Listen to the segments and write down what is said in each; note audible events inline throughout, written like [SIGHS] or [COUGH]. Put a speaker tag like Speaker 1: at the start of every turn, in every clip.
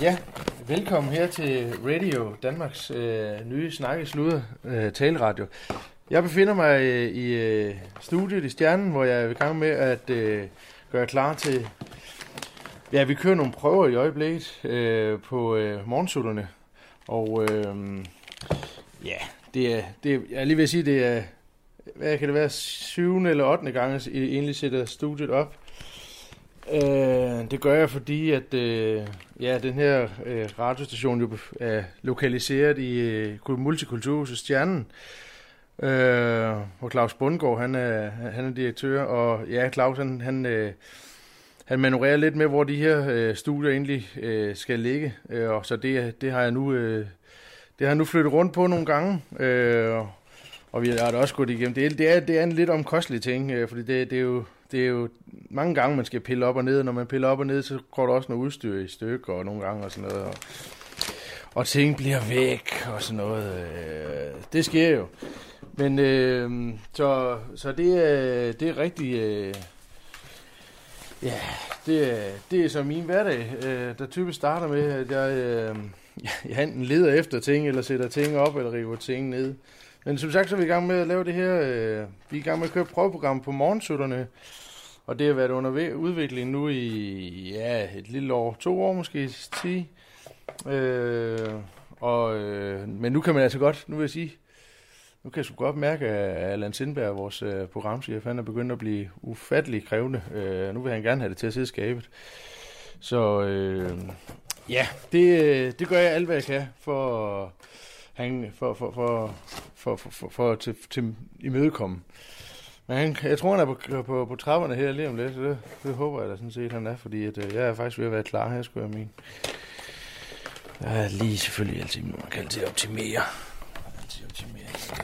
Speaker 1: Ja, velkommen her til Radio Danmarks øh, nye snakkesluder øh, taleradio. Jeg befinder mig øh, i øh, studiet i Stjernen, hvor jeg er i gang med at øh, gøre klar til... Ja, vi kører nogle prøver i øjeblikket øh, på øh, morgensutterne. Og øh, ja, det er, det er, jeg er lige ved at sige, det er, hvad kan det være, syvende eller ottende gang, jeg egentlig sætter studiet op. Øh, det gør jeg, fordi at øh, ja, den her øh, radiostation jo er lokaliseret i øh, Multikulturhuset Stjernen, øh, hvor Claus Bundgaard han er, han er direktør, og ja, Claus han, han, øh, han manøvrerer lidt med, hvor de her øh, studier egentlig øh, skal ligge, øh, og så det, det har jeg nu... Øh, det har jeg nu flyttet rundt på nogle gange, øh, og vi har da også gået igennem. Det er, det er, det er en lidt omkostelig ting, øh, fordi det, det, er jo, det er jo mange gange, man skal pille op og ned. Når man piller op og ned, så går der også noget udstyr i stykker og nogle gange og sådan noget. Og, og ting bliver væk og sådan noget. Øh, det sker jo. Men øh, så, så det, er, det er rigtig... Øh, ja, det, er- det er så min hverdag, øh, der typisk starter med, at jeg, øh, [LAUGHS] jeg enten leder efter ting, eller sætter ting op, eller river ting ned. Men som sagt, så er vi i gang med at lave det her. Øh, vi er i gang med at køre et prøveprogram på morgensutterne. Og det har været under udvikling nu i ja, et lille år, to år måske, 10. Øh, og, øh, men nu kan man altså godt, nu vil jeg sige, nu kan jeg sgu godt mærke, at Allan Sindberg, vores øh, programchef, han er begyndt at blive ufattelig krævende. Øh, nu vil han gerne have det til at sidde i skabet. Så øh, ja, det, øh, det gør jeg alt, hvad jeg kan for, han, for, for, for, for, for, for, for til, til imødekomme. Men han, jeg tror, han er på, på, på trapperne her lige om lidt, så det, det håber jeg da sådan set, han er, fordi at, øh, jeg er faktisk ved at være klar her, skulle jeg mene. Jeg er lige selvfølgelig altid, man kan altid optimere. Altid optimere.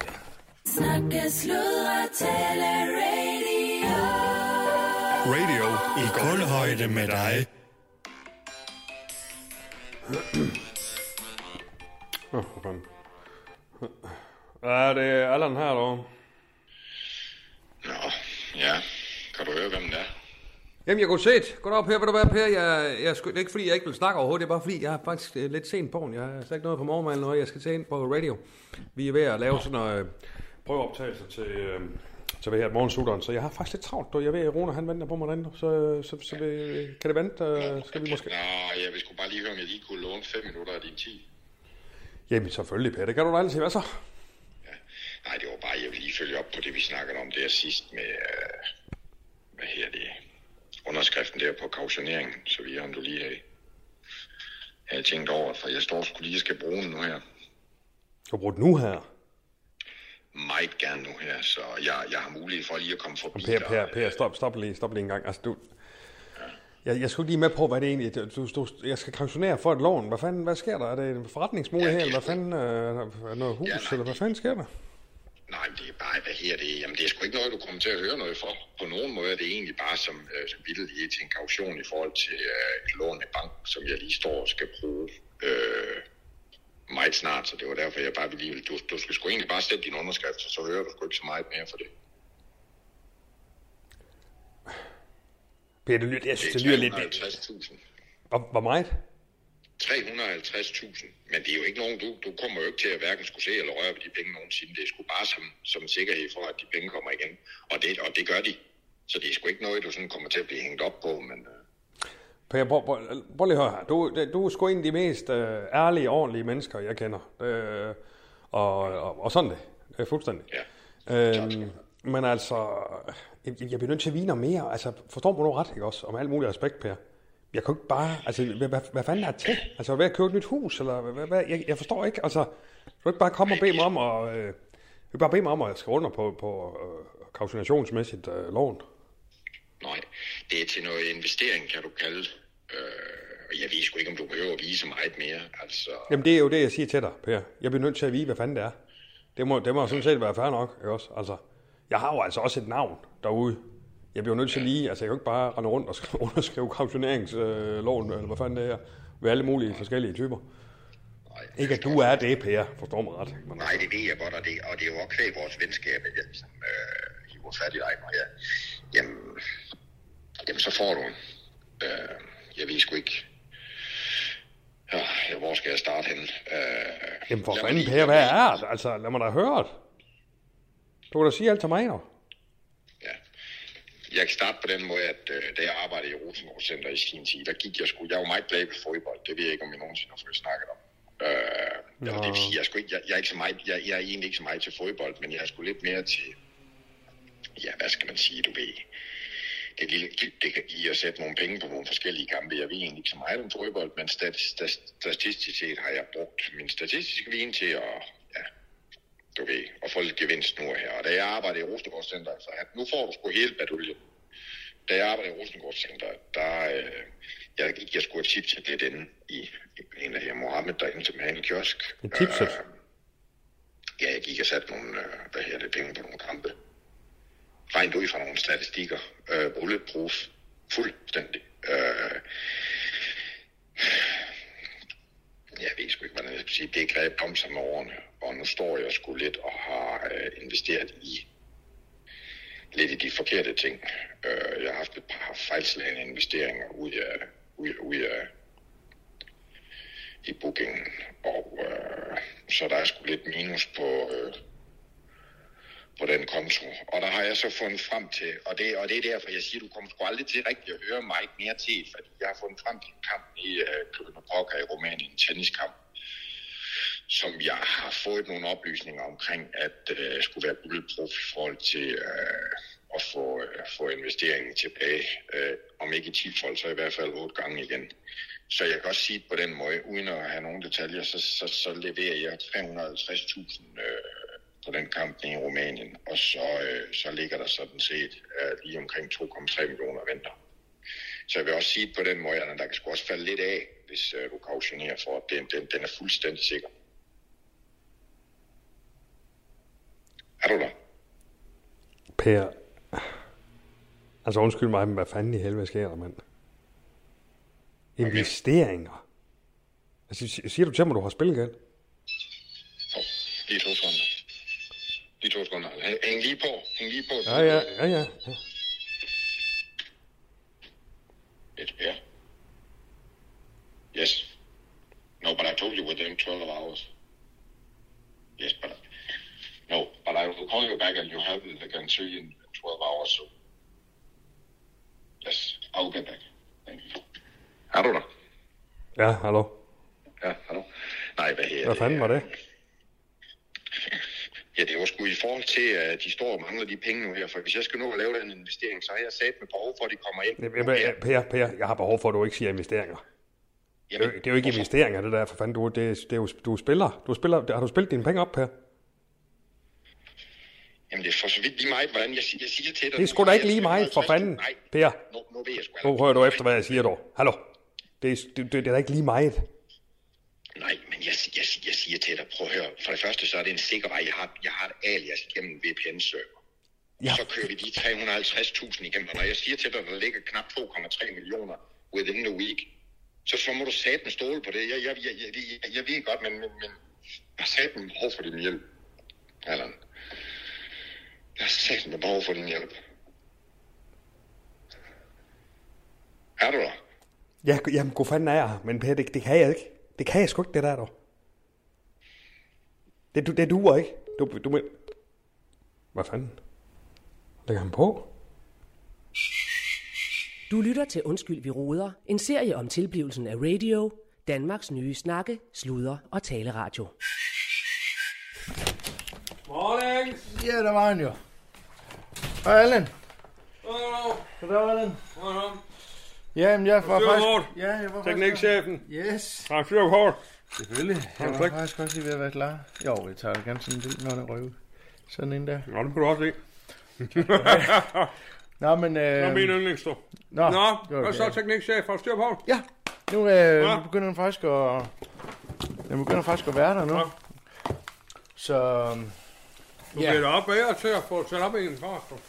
Speaker 2: Snakke, sludre, tale, radio.
Speaker 3: Radio i guldhøjde med dig.
Speaker 4: Åh, for fanden. Ja, det er Allan her, dog.
Speaker 5: Nå, ja. Kan du høre, hvem det er?
Speaker 6: Jamen, jeg kunne set. Goddag, Per. Ved du hvad, Per? Jeg, jeg, sku- det er ikke, fordi jeg ikke vil snakke overhovedet. Det er bare, fordi jeg er faktisk øh, lidt sent på. den. Jeg har slet ikke noget på morgenmalen, når jeg skal tage ind på radio. Vi er ved at lave sådan noget... Øh,
Speaker 4: Prøv optagelser til, øh, til hvad her morgensutteren, så jeg har faktisk lidt travlt. Du. Jeg ved, at Rune han venter på mig derinde, så, øh, så, så vi, kan det vente? Øh, skal vi måske...
Speaker 5: Nå, jeg vil sgu bare lige høre, om jeg lige kunne låne 5 minutter af din tid.
Speaker 4: Jamen selvfølgelig, Per. Det kan du da altid. Hvad så?
Speaker 5: Nej, det var bare, jeg vil lige følge op på det, vi snakkede om der sidst med, øh, hvad her det, underskriften der på kautioneringen, så vi om du lige havde, havde tænkt over, for jeg står skulle lige og skal bruge den nu her.
Speaker 4: Du bruger nu her.
Speaker 5: Meget gerne nu her, så jeg, jeg har mulighed for lige at komme forbi
Speaker 4: Per, Per,
Speaker 5: dig.
Speaker 4: Per, stop, stop lige, stop lige en gang. Altså, du... Jeg, jeg skulle ikke lige med på, hvad det egentlig er. Du, du, jeg skal kautionere for et lån. Hvad fanden, hvad sker der? Er det en forretningsmulighed, eller hvad fanden? Øh, er det noget hus,
Speaker 5: Ja,
Speaker 4: ja,
Speaker 5: nej.
Speaker 4: eller hvad fanden sker der?
Speaker 5: Nej, men det er bare, hvad her det er. Jamen, det er sgu ikke noget, du kommer til at høre noget for. På nogen måde er det egentlig bare som, øh, som vildelighed til en kaution i forhold til øh, et lån i banken, som jeg lige står og skal bruge øh, meget snart. Så det var derfor, jeg bare ville lige... Du, du skal sgu egentlig bare sætte din underskrift, så, så hører du sgu ikke så meget mere for det.
Speaker 4: Per, det lyder, jeg synes, det lyder lidt...
Speaker 5: Det er 350.000.
Speaker 4: Hvor, hvor meget?
Speaker 5: 350.000, men det er jo ikke nogen, du, du kommer jo ikke til at hverken skulle se eller røre ved de penge nogensinde. Det er sgu bare som, som en sikkerhed for, at de penge kommer igen. Og det, og det gør de. Så det er sgu ikke noget, du sådan kommer til at blive hængt op på, men... Øh,
Speaker 4: Per, prøv, prøv, prøv lige at høre her. Du, du er sgu en af de mest øh, ærlige, ordentlige mennesker, jeg kender. Øh, og, og, og sådan er det. Øh, fuldstændig.
Speaker 5: ja.
Speaker 4: Øhm, men altså, jeg, jeg bliver nødt til at vine om mere. Altså, forstår mig nu ret, ikke også? Om alt muligt respekt, Per. Jeg kan jo ikke bare... Altså, hvad, hvad, hvad fanden er der til? Altså, er du ved at købe et nyt hus? Eller hvad, hvad- hvad, jeg, jeg forstår ikke. Altså, kan du ikke bare komme og bede mig om at... Øh, jeg bare bede mig om at skrive under på, på øh, kautionationsmæssigt øh, lån.
Speaker 5: Nej, det er til noget investering, kan du kalde det. Øh, og jeg ved sgu ikke, om du behøver at vise meget mere. Altså,
Speaker 4: Jamen, det er jo det, jeg siger til dig, Per. Jeg bliver nødt til at vide, hvad fanden det er. Det må, det må sådan set være fair nok, ikke også? Altså, jeg har jo altså også et navn derude. Jeg bliver jo nødt til lige, altså jeg kan jo ikke bare rende rundt og skrive, [LAUGHS] underskrive kautioneringsloven, øh, eller hvad fanden det er, ved alle mulige forskellige typer.
Speaker 5: nej,
Speaker 4: Ikke at du er det, Per, forstår mig ret. Men
Speaker 5: Nej, det ved jeg godt, og det, og det er jo også kvæg vores venskab, at jeg ligesom øh, hiver fat i dig, når jeg, jamen, jamen så får du den. øh, Jeg ved sgu ikke, ja, ja, hvor skal jeg starte henne? Øh,
Speaker 4: Jamen for
Speaker 5: lad mig
Speaker 4: fanden,
Speaker 5: lige-
Speaker 4: Per, hvad er det? Altså, lad mig da høre det. Du kan da sige alt til mig, nu.
Speaker 5: Ja. Jeg kan starte på den måde, at øh, da jeg arbejdede i Rosenborg Center i sin tid, der gik jeg sgu, jeg var meget glad for fodbold, det ved jeg ikke, om jeg nogensinde har fået snakket om. Øh, eller det vil sige, jeg er, sgu ikke, jeg, jeg, er ikke så meget, jeg, jeg er egentlig ikke så meget til fodbold, men jeg er sgu lidt mere til, ja, hvad skal man sige, du ved, det lille kick, det kan give at sætte nogle penge på nogle forskellige kampe. Jeg ved egentlig ikke så meget om fodbold, men stat, stat, statistisk set har jeg brugt min statistiske viden til at, ja, du ved, og få lidt gevinst nu og her. Og da jeg arbejdede i Rosengård Center, så at nu får du sgu hele baduljen. Da jeg arbejdede i Rosengård Center, der øh, jeg gik jeg sgu et tipset lidt inde i en af de her Mohammed derinde, som havde en kiosk.
Speaker 4: Et tipset?
Speaker 5: Øh, ja, jeg gik og satte nogle, øh, hvad her det, penge på nogle kampe. Regnet ud fra nogle statistikker. Øh, bulletproof. Fuldstændig. Øh, jeg ved sgu ikke, hvordan jeg skal sige, det greb kom som årene, og nu står jeg sgu lidt og har øh, investeret i lidt i de forkerte ting. Øh, jeg har haft et par fejlslagende investeringer ud af, ud, ud af i bookingen, og øh, så der er sgu lidt minus på, øh, på den konto. Og der har jeg så fundet frem til, og det, og det er derfor, jeg siger, du kommer sgu aldrig til rigtig at høre mig mere til, fordi jeg har fundet frem til en kamp i øh, København Pokker i Rumænien, en tenniskamp, som jeg har fået nogle oplysninger omkring, at øh, skulle være bulletproof i forhold til øh, at få, øh, få investeringen tilbage, øh, om ikke i 10 så i hvert fald 8 gange igen. Så jeg kan også sige det på den måde, uden at have nogen detaljer, så, så, så leverer jeg 350.000 øh, på den kamp nede i Rumænien, og så, øh, så ligger der sådan set øh, lige omkring 2,3 millioner venter. Så jeg vil også sige på den måde, at der kan sgu også falde lidt af, hvis øh, du kautionerer for, at den, den, den er fuldstændig sikker. Er du der?
Speaker 4: Per, altså undskyld mig, men hvad fanden i helvede sker der, mand? Investeringer. Altså, si- siger du til mig, du har spillegæld?
Speaker 5: Hov, lige to sekunder. Lige to sekunder. Hæng, hæng er lige på. Hæng lige på.
Speaker 4: Ja, ja, ja, ja. ja.
Speaker 5: It, yeah. Yes. No, but I told you within 12 hours. Yes, but no, but I will call you back and you have it again to you in 12 hours. So yes, I'll get back. Thank you. I don't know.
Speaker 4: Ja, hallo.
Speaker 5: Ja, hallo. Nej, hvad hedder
Speaker 4: Hvad
Speaker 5: det?
Speaker 4: fanden var det?
Speaker 5: Ja, det var sgu i forhold til, at de står og mangler de penge nu her, for hvis jeg skal nå at lave den investering, så har jeg sat med behov for, at de kommer ind.
Speaker 4: Jamen, Per, Per, Per, jeg har behov for, at du ikke siger investeringer. Det er
Speaker 5: Jamen,
Speaker 4: jo- det er jo ikke
Speaker 5: hvorfor?
Speaker 4: investeringer, det der, for fanden, du, det, det er jo, du er spiller. Du er spiller. Har du spillet dine penge op, Per?
Speaker 5: Jamen, det er for så vidt lige mig, hvordan jeg, siger- jeg siger til dig.
Speaker 4: Det er sgu da ikke lige mig, for fanden,
Speaker 5: Nej,
Speaker 4: Per.
Speaker 5: Nu, nu ved jeg sgu
Speaker 4: Nu hører du efter, hvad jeg siger, dog. Hallo. Det er, det, det er da ikke lige meget.
Speaker 5: Nej, men jeg, jeg, jeg siger til dig, prøv at høre. For det første, så er det en sikker vej. Jeg har, jeg har et alias gennem VPN-server.
Speaker 4: Ja.
Speaker 5: Så kører vi de 350.000 igennem, og når jeg siger til dig, der ligger knap 2,3 millioner within the week, så, så må du satan stole på det. Jeg, jeg, jeg, jeg, jeg, jeg ved godt, men, men, men jeg har satan behov for din hjælp, Allan. Jeg har satan behov for din hjælp. Er du der?
Speaker 4: Ja, g- jamen, god fanden er jeg her, men Per, det, det kan jeg ikke. Det kan jeg sgu ikke, det der, dog. Det, du, det duer ikke. Du, du må... Hvad fanden? Lægger han på?
Speaker 7: Du lytter til Undskyld, vi roder, en serie om tilblivelsen af radio, Danmarks nye snakke, sludre og taleradio.
Speaker 6: Morning!
Speaker 1: Ja, der var han jo. Og Allan.
Speaker 6: Goddag!
Speaker 1: Goddag, Allan.
Speaker 6: Goddag!
Speaker 1: Ja, jamen, jeg var
Speaker 6: Styr
Speaker 1: faktisk...
Speaker 6: hårdt.
Speaker 1: Ja, jeg var faktisk...
Speaker 4: Teknikchefen.
Speaker 1: Yes.
Speaker 4: Har han fyr på
Speaker 1: Selvfølgelig. Jeg var
Speaker 4: tak.
Speaker 1: faktisk også lige ved at være klar. Jo, jeg tager det gerne sådan en lille, når det røver. Sådan en der.
Speaker 4: Nå, det kunne du også se.
Speaker 1: Nå, men... Øh...
Speaker 4: Det var min yndlings, du.
Speaker 1: Nå, øh,
Speaker 6: Nå,
Speaker 1: det var
Speaker 6: hvad så
Speaker 1: galt.
Speaker 6: teknikchef? Har du styr på?
Speaker 1: Ja, Nu, øh, nu begynder den faktisk at... Den begynder faktisk at være der nu. Så... øhm,
Speaker 6: Du bliver da op bedre til at få sat op i en forstår.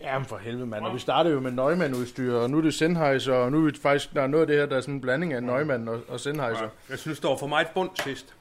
Speaker 1: Jamen for helvede, mand. Og vi startede jo med Neumann-udstyr, og nu er det Sennheiser, og nu er vi faktisk... Der er noget af det her, der er sådan en blanding af Neumann og, og Sennheiser.
Speaker 6: Jeg synes, der var for meget bund sidst.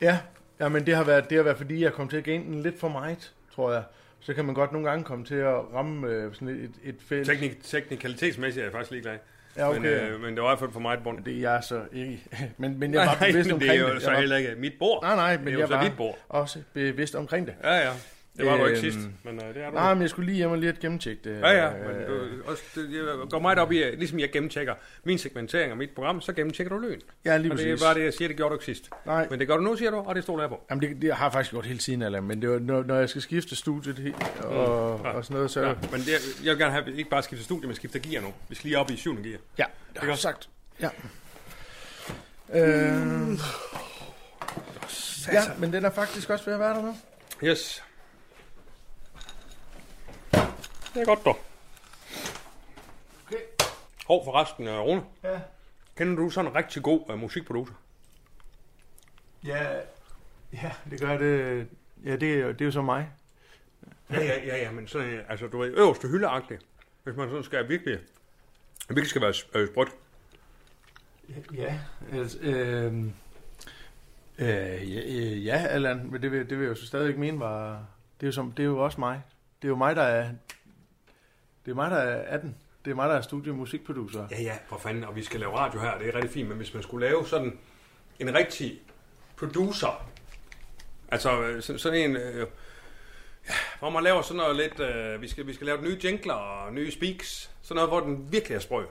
Speaker 1: Ja, ja men det har, været, det har været, fordi jeg kom til at gaine den lidt for meget, tror jeg. Så kan man godt nogle gange komme til at ramme øh, sådan et, et fælles...
Speaker 6: Teknik, teknikalitetsmæssigt er jeg faktisk ligeglad.
Speaker 1: Ja, okay.
Speaker 6: men, øh, men det var i hvert fald for meget bund.
Speaker 1: Det er jeg så ikke. [LAUGHS] men, men jeg
Speaker 6: Nej,
Speaker 1: var
Speaker 6: nej,
Speaker 1: bevidst
Speaker 6: men
Speaker 1: omkring
Speaker 6: det er jo
Speaker 1: det.
Speaker 6: så
Speaker 1: Jeg var-
Speaker 6: heller ikke mit bord.
Speaker 1: Nej, nej,
Speaker 6: Det er
Speaker 1: men
Speaker 6: jo
Speaker 1: jeg
Speaker 6: så
Speaker 1: var
Speaker 6: dit bord.
Speaker 1: også bevidst omkring det.
Speaker 6: Ja, ja. Det var du ikke
Speaker 1: Øhm,
Speaker 6: sidst, men øh, det er du.
Speaker 1: Nej, men jeg skulle lige hjem og lige at gennemtjekke det.
Speaker 6: Ja, ja,
Speaker 1: øh,
Speaker 6: men du, også, det, jeg går meget op i, at ligesom jeg gennemtjekker min segmentering og mit program, så gennemtjekker du løn.
Speaker 1: Ja, lige
Speaker 6: og det
Speaker 1: præcis.
Speaker 6: var det, jeg siger, det gjorde du ikke sidst.
Speaker 1: Nej.
Speaker 6: Men det gør du nu, siger du, og det stoler jeg på.
Speaker 1: Jamen, det, det har jeg faktisk gjort hele tiden, Allan, men det var, når, når jeg skal skifte studiet he- og, mm.
Speaker 6: Ja.
Speaker 1: og sådan noget, så...
Speaker 6: Ja, men det, jeg vil gerne have, at vi ikke bare skifter studie, men skifter gear nu. Vi skal lige op i syvende gear.
Speaker 1: Ja, det har jeg sagt. Ja.
Speaker 6: Mm.
Speaker 1: Øh, ja, men den er faktisk også ved at være der nu.
Speaker 6: Yes. Det er godt, dog.
Speaker 1: Okay.
Speaker 6: Hov, forresten, øh, Rune.
Speaker 1: Ja.
Speaker 6: Kender du sådan en rigtig god uh, musikproducer?
Speaker 1: Ja, ja det gør det. Ja, det, det er jo så mig.
Speaker 6: Ja, ja, ja, ja, men sådan, øh, altså, du ved, øverste hyldeagtigt. Hvis man sådan skal virkelig, virkelig skal være øh, sprødt.
Speaker 1: Ja, altså, øh, øh, ja, øh, ja, Allan, men det vil, det vil jeg jo så stadig ikke mene var... Det er, jo som, det er jo også mig. Det er jo mig, der er... Det er mig, der er 18. Det er mig, der er studie- og musikproducer.
Speaker 6: Ja, ja, for fanden, og vi skal lave radio her, det er rigtig fint, men hvis man skulle lave sådan en rigtig producer, altså øh, sådan, sådan en, øh, ja, hvor man laver sådan noget lidt, øh, vi, skal, vi skal lave nye jingler og nye speaks, sådan noget, hvor den virkelig er sprøg.